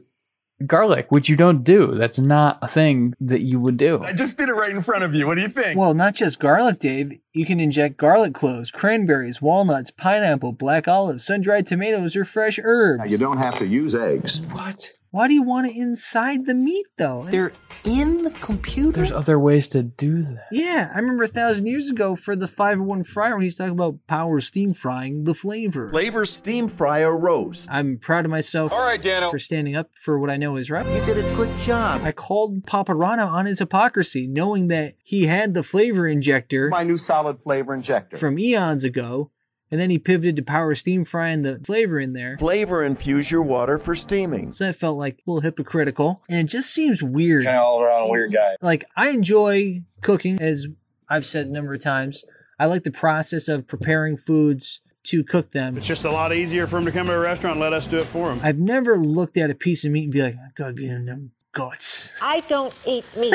S11: garlic, which you don't do. That's not a thing that you would do.
S9: just did it right in front of you. What do you think? Well, not just garlic, Dave. You can inject garlic cloves, cranberries, walnuts, pineapple, black olives, sun dried tomatoes, or fresh herbs.
S4: Now, you don't have to use eggs. What?
S9: Why do you want it inside the meat, though? They're in the computer.
S11: There's other ways to do that.
S9: <laughs> Yeah, I remember a thousand years ago for the 501 fryer when he's talking about power steam frying the flavor.
S4: Flavor steam fryer roast.
S9: I'm proud of myself All
S4: right, Dano.
S9: for standing up for what I know is right.
S15: You did a good job.
S9: I called Paparana on his hypocrisy, knowing that he had the flavor injector
S4: My new solid flavor injector.
S9: from eons ago, and then he pivoted to power steam frying the flavor in there.
S4: Flavor infuse your water for steaming.
S9: So that felt like a little hypocritical, and it just seems weird.
S18: Kind of all around weird guy.
S9: Like I enjoy cooking, as I've said a number of times. I like the process of preparing foods to cook them.
S21: It's just a lot easier for him to come to a restaurant and let us do it for him.
S9: I've never looked at a piece of meat and be like, I gotta get in them guts.
S12: I don't eat meat.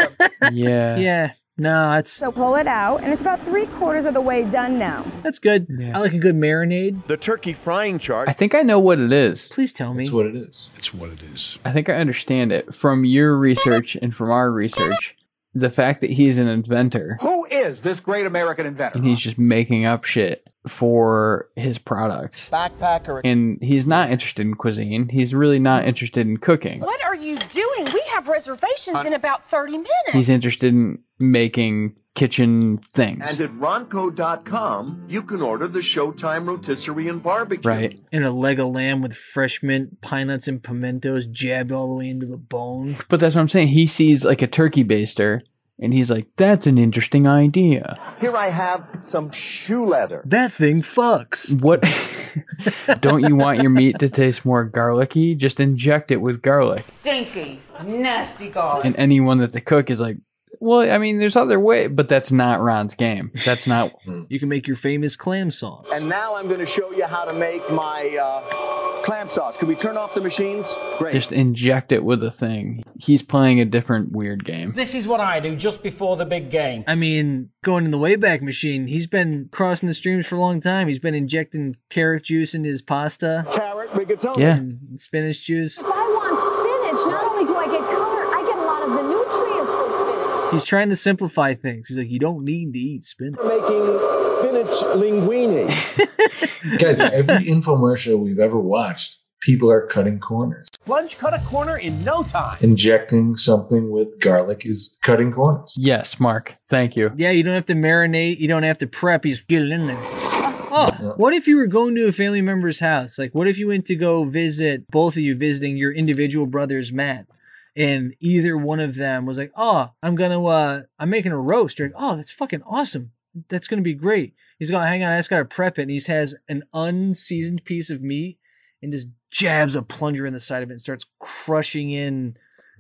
S11: Yeah.
S9: Yeah. No, that's
S2: So pull it out, and it's about three quarters of the way done now.
S9: that's good. I like a good marinade.
S11: The turkey frying chart. I think I know what it is.
S9: Please tell me.
S11: That's what
S10: it is.
S11: It's what it is. I think I understand it from your research and from our research. The fact that he's an inventor
S5: Who is this great American inventor?
S11: and he's just making up shit for his products.
S5: Backpacker.
S11: And he's not interested in cuisine. He's really not interested in cooking.
S5: What are you doing? We have reservations in about 30 minutes.
S11: He's interested in making kitchen things.
S4: And at Ronco.com, you can order the Showtime rotisserie and barbecue.
S11: Right.
S9: And a leg of lamb with fresh mint, pine nuts, and pimentos jabbed all the way into the bone.
S11: But that's what I'm saying. He sees like a turkey baster and he's like, that's an interesting idea.
S4: Here I have some shoe leather.
S9: That thing fucks.
S11: What? <laughs> Don't you want your meat to taste more garlicky? Just inject it with garlic.
S6: Stinky, nasty garlic.
S11: And anyone that's a cook is like, well, I mean, there's other way, but that's not Ron's game. That's not.
S9: you can make your famous clam sauce.
S4: And now I'm going to show you how to make my uh, clam sauce. Could we turn off the machines? Great.
S11: Just inject it with a thing. He's playing a different weird game.
S5: This is what I do just before the big game.
S9: I mean, going in the Wayback Machine, he's been crossing the streams for a long time. He's been injecting carrot juice into his pasta.
S5: Carrot rigatoni.
S11: Yeah.
S9: And spinach juice.
S2: I want spinach. Not only do I get color, I get a lot of the nutrients from spinach.
S9: He's trying to simplify things. He's like, you don't need to eat spinach.
S5: Making spinach linguine.
S10: Guys, every infomercial we've ever watched, people are cutting corners.
S5: Sponge cut a corner in no time.
S10: Injecting something with garlic is cutting corners.
S11: Yes, Mark. Thank you.
S9: Yeah, you don't have to marinate. You don't have to prep. You just get it in there. Oh, what if you were going to a family member's house? Like, what if you went to go visit both of you visiting your individual brother's mat, and either one of them was like, "Oh, I'm gonna, uh, I'm making a roast." You're like, "Oh, that's fucking awesome. That's gonna be great." He's gonna hang on. I just gotta prep it, and he has an unseasoned piece of meat, and just jabs a plunger in the side of it and starts crushing in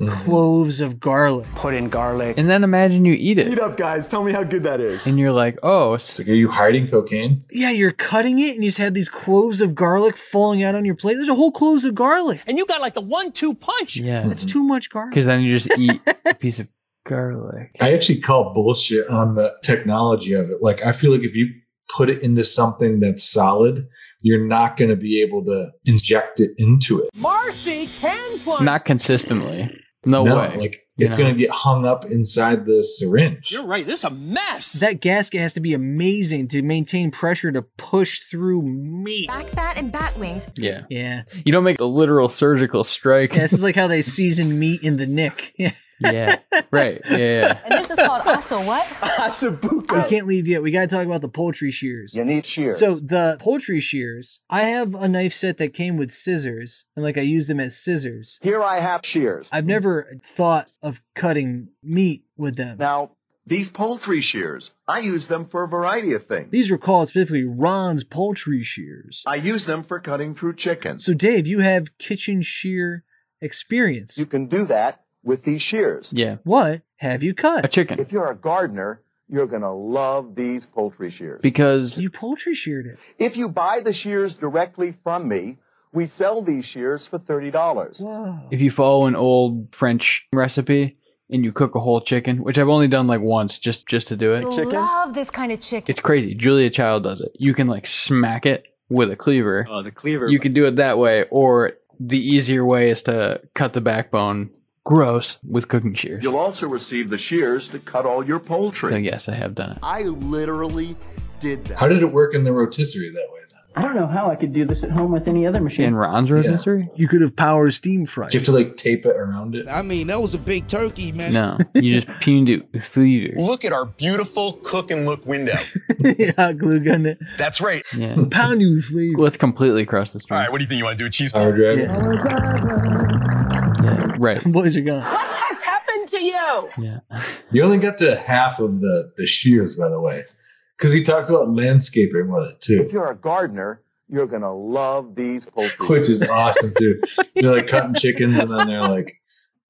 S9: cloves of garlic.
S5: Put in garlic.
S11: And then imagine you eat it.
S5: up, guys. Tell me how good that is.
S11: And you're like, oh.
S10: <laughs> like, are you hiding cocaine?
S9: Yeah, you're cutting it and you just have these cloves of garlic falling out on your plate. There's a whole cloves of garlic.
S23: And you got like the one-two punch.
S11: Yeah.
S9: That's too much garlic.
S11: Because then you just eat a piece of garlic.
S10: I actually call bullshit on the technology of it. Like, I feel like if you put it into something that's solid, you're not going to be able to inject it into it.
S5: Marcy can plunge.
S11: Not consistently. No, way.
S10: Like,
S11: You
S10: it's
S11: know?
S10: going to get hung up inside the syringe.
S23: You're right. This is a mess.
S9: That gasket has to be amazing to maintain pressure to push through meat.
S5: Back fat and bat wings.
S11: Yeah.
S9: Yeah.
S11: You don't make a literal surgical strike.
S9: Yeah, this is like how they season meat in the nick. <laughs> Yeah.
S11: yeah. Right. Yeah. yeah.
S5: And this is called asa what?
S9: We
S5: Asabuka.
S9: can't leave yet. We got to talk about the poultry shears.
S4: You need shears.
S9: So the poultry shears, I have a knife set that came with scissors, and like I use them as scissors.
S4: Here I have shears.
S9: I've never thought of cutting meat with them.
S4: Now, these poultry shears, I use them for a variety of things.
S9: These were called specifically Ron's poultry shears.
S4: I use them for cutting through chicken.
S9: So, Dave, you have kitchen shear experience.
S4: You can do that with these shears.
S11: Yeah.
S9: What have you cut?
S11: A chicken.
S4: If you're a gardener, you're going to love these poultry shears.
S11: Because
S9: You poultry sheared it.
S4: If you buy the shears directly from me, we sell these shears for $30.
S9: Whoa.
S11: if you follow an old French recipe and you cook a whole chicken, which I've only done like once just just to do it.
S5: Love this kind of chicken.
S11: It's crazy. Julia Child does it. You can like smack it with a cleaver.
S16: Oh, the cleaver.
S11: You can do it that way, or the easier way is to cut the backbone gross with cooking shears.
S4: You'll also receive the shears to cut all your poultry.
S11: So yes, I have done it.
S17: I literally did that.
S10: How did it work in the rotisserie that way? Then?
S19: I don't know how I could do this at home with any other machine.
S11: In Ron's rotisserie?
S9: You could have power steam fried.
S10: Do you have to like tape it around it?
S17: I mean, that was a big turkey, man.
S11: No, you just tuned it with cleaver. <laughs>
S17: Look at our beautiful cook and look window.
S9: <laughs> Hot glue gun it.
S17: That's right.
S11: Yeah.
S9: Pound you with flavor.
S11: Well, it's completely across the
S17: All
S11: street.
S17: right, what do you think? You want to do a cheese
S10: Power
S17: board?
S10: drive?
S9: Yeah.
S11: <laughs> Right.
S9: <laughs> Boys are gone.
S5: What has happened to you?
S11: Yeah.
S10: You only got to half of the the shears, by the way, because he talks about landscaping with it
S4: If
S10: too,
S4: you're a gardener, you're going to love these poultry.
S10: which is awesome too. They're like cutting chickens, and then they're like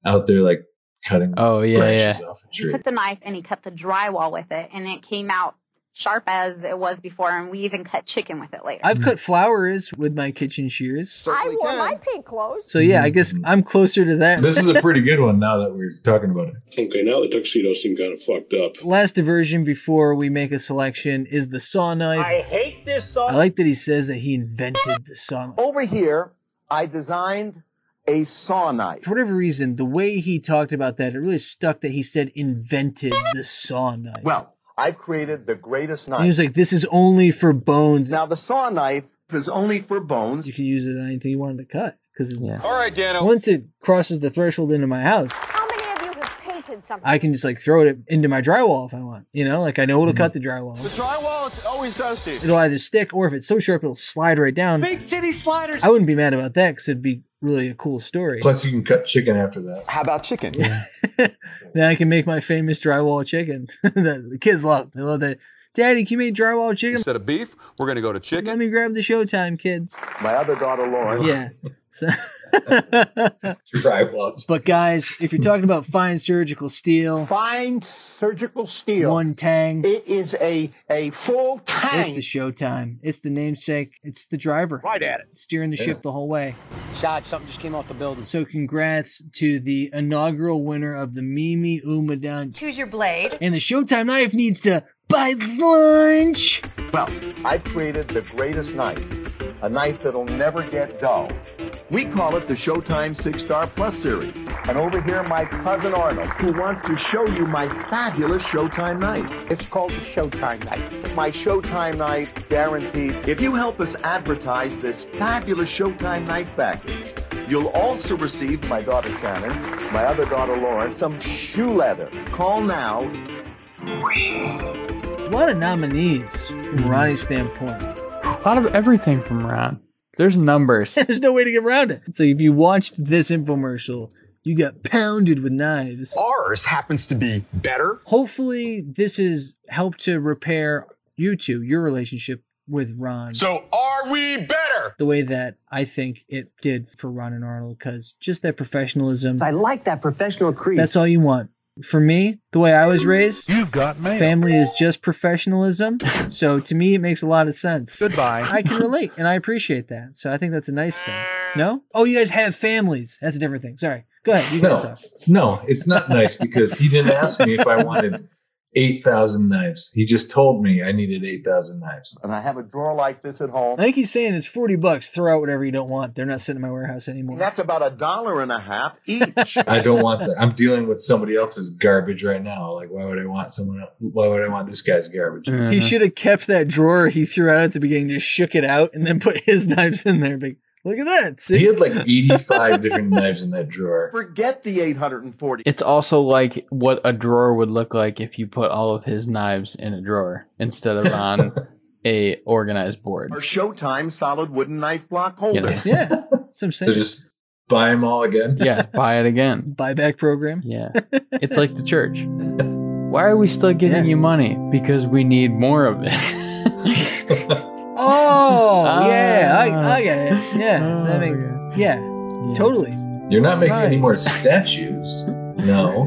S10: out there like cutting
S11: Oh yeah, yeah.
S10: branches off the
S27: He
S10: tree.
S27: took the knife and he cut the drywall with it, and it came out
S1: sharp as it was before, and we even cut chicken with it later.
S9: I've cut flowers with my kitchen shears.
S1: I wore my pink clothes.
S9: So yeah, I guess I'm closer to that.
S10: Mm. This is a pretty good one now that we're talking about it.
S14: Okay, now the tuxedo seem kind of fucked up.
S9: <laughs> Last diversion before we make a selection is the saw knife.
S4: I hate this saw.
S9: I like that he says that he invented the saw knife.
S4: Over here, I designed a saw knife.
S9: For whatever reason, the way he talked about that, it really stuck that he said invented the saw knife.
S4: Well, I created the greatest
S9: And he was
S4: knife.
S9: like, this is only for bones.
S4: Now the saw knife is only for bones.
S9: You can use it on anything you wanted to cut. Cause it's, yeah.
S7: All right, Dano.
S9: Once it crosses the threshold into my house,
S2: How many of you have painted something?
S9: I can just like throw it into my drywall if I want. You know, like I know it'll cut the
S6: The
S9: drywall.
S6: drywall is always dusty.
S9: It'll either stick or if it's so sharp, it'll slide right down.
S6: Big city sliders.
S9: I wouldn't be mad about that because it'd be really a cool story.
S10: Plus, you can cut chicken after that.
S4: How about chicken?
S9: now I can make my famous drywall chicken <laughs> that the kids love. They love that. Daddy, can you make drywall chicken?
S7: Instead of beef, we're going to go to chicken.
S9: Let me grab the showtime, kids.
S4: My other daughter, Lauren.
S9: Yeah. So, <laughs>
S10: Drywall.
S9: but guys, if you're talking about fine surgical steel,
S15: Fine surgical steel.
S9: One tang.
S15: It is a a full
S9: it's
S15: tang.
S9: the showtime. It's the namesake. It's the driver.
S15: Right at it.
S9: Steering the ship the whole way.
S23: Sad, something just came off the building.
S9: So congrats to the inaugural winner of the Mimi Umadan.
S12: Choose your blade.
S9: And the Showtime Knife needs to buy lunch.
S4: Well, I created the greatest knife, a knife that'll never get dull. We call it the Showtime Six Star Plus Series. And over here, my cousin Arnold, who wants to show you my fabulous Showtime knife. It's called the Showtime knife. My Showtime knife, guaranteed. If you help us advertise this fabulous Showtime knife package, You'll also receive my daughter Shannon, my other daughter Lauren, some shoe leather. Call now
S9: A lot of nominees from Ronnie's standpoint.
S11: A lot of everything from Ron. There's
S9: <laughs>
S11: numbers.
S9: There's no way to get around it. So if you watched this infomercial, you got pounded with knives.
S7: Ours happens to be better.
S9: Hopefully, this has helped to repair you two, your relationship with Ron.
S7: So are we better?
S9: the way that I think it did for Ron and Arnold, because just that professionalism.
S19: I like that professional crease.
S9: That's all you want. For me, the way I was raised,
S13: You've got mail.
S9: family is just professionalism. So to me, it makes a lot of sense.
S13: Goodbye.
S10: <laughs>
S9: I can relate and I appreciate that. So I think that's a nice thing. No? Oh, you guys have families. That's a different thing. Sorry. Go ahead. You guys
S10: No,
S9: talk.
S10: no, it's not nice because he didn't ask me if I wanted eight thousand knives. He just told me I needed eight thousand knives.
S4: and I have a drawer like this at home.
S9: I think he's saying it's 40 bucks. Throw out whatever you don't want. They're not sitting in my warehouse anymore.
S4: That's about a dollar and a half each.
S10: I don't want that. I'm dealing with somebody else's garbage right now. Like, why would I want someone? Else, why would I want this guy's garbage?
S11: Mm. Mm-hmm.
S9: He should have kept that drawer he threw out at the beginning, just shook it out, and then put <laughs> his knives in there. Like, look at that. See?
S10: He had like 85 different knives in that drawer.
S4: Forget the 840.
S11: It's also like what a drawer would look like if you put all of his knives in a drawer instead of on a organized board.
S4: Our Showtime solid wooden knife block holder.
S10: <laughs>
S11: Yeah.
S9: Yeah. That's what I'm
S10: So
S9: saying.
S10: just buy them all again.
S11: Yeah, buy it again.
S9: Buyback program.
S10: <laughs>
S9: <laughs>
S11: Yeah. It's like the church. Why are we still giving you money? Because we need more of it.
S9: Oh,
S11: Ah.
S9: yeah, I, I get it. Yeah,
S11: <laughs>
S10: Ah.
S9: that make, yeah, totally.
S10: You're not making any
S9: Right.
S10: more statues.
S9: <laughs>
S10: No,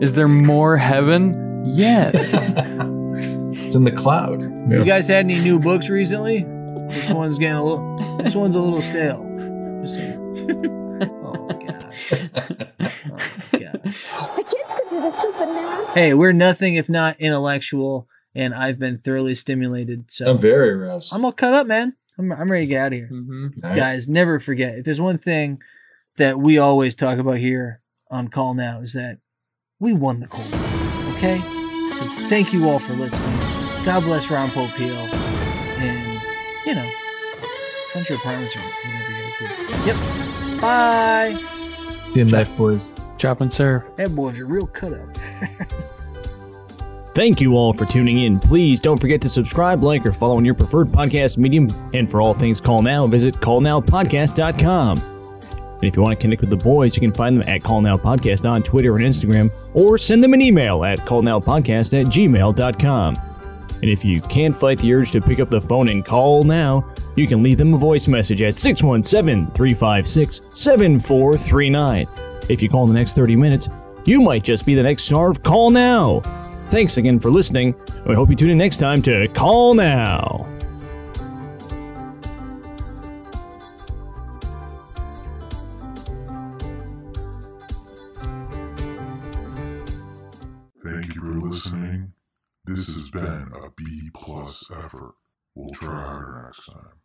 S11: Is there more heaven? Yes.
S10: it's in the cloud.
S9: You guys had any new books recently? This one's getting a little. This one's a little stale. Just saying. oh gosh. Oh gosh.
S2: The kids could do this too, but now
S9: Hey, we're nothing if not intellectual, and I've been thoroughly stimulated. So
S10: I'm very aroused.
S9: I'm all cut up, man. I'm, I'm ready to get out of here.
S10: All right.
S9: guys never forget if there's one thing that we always talk about here on call now is that we won the cold War, okay so thank you all for listening god bless ron popeil and you know fund your apartments or whatever you guys do yep bye
S10: See you, knife boys.
S11: Drop and serve.
S9: that boy's a real cut up
S20: Thank you all for tuning in. Please don't forget to subscribe, like, or follow on your preferred podcast medium. And for all things Call Now, visit callnowpodcast.com. And if you want to connect with the boys, you can find them at Call Now Podcast on Twitter and Instagram, or send them an email at callnowpodcast at gmail.com. And if you can't fight the urge to pick up the phone and call now, you can leave them a voice message at 617 356 7439. If you call in the next 30 minutes, you might just be the next star of Call Now. Thanks again for listening. We hope you tune in next time to Call Now.
S3: Thank you for listening. This has been a B plus effort. We'll try harder next time.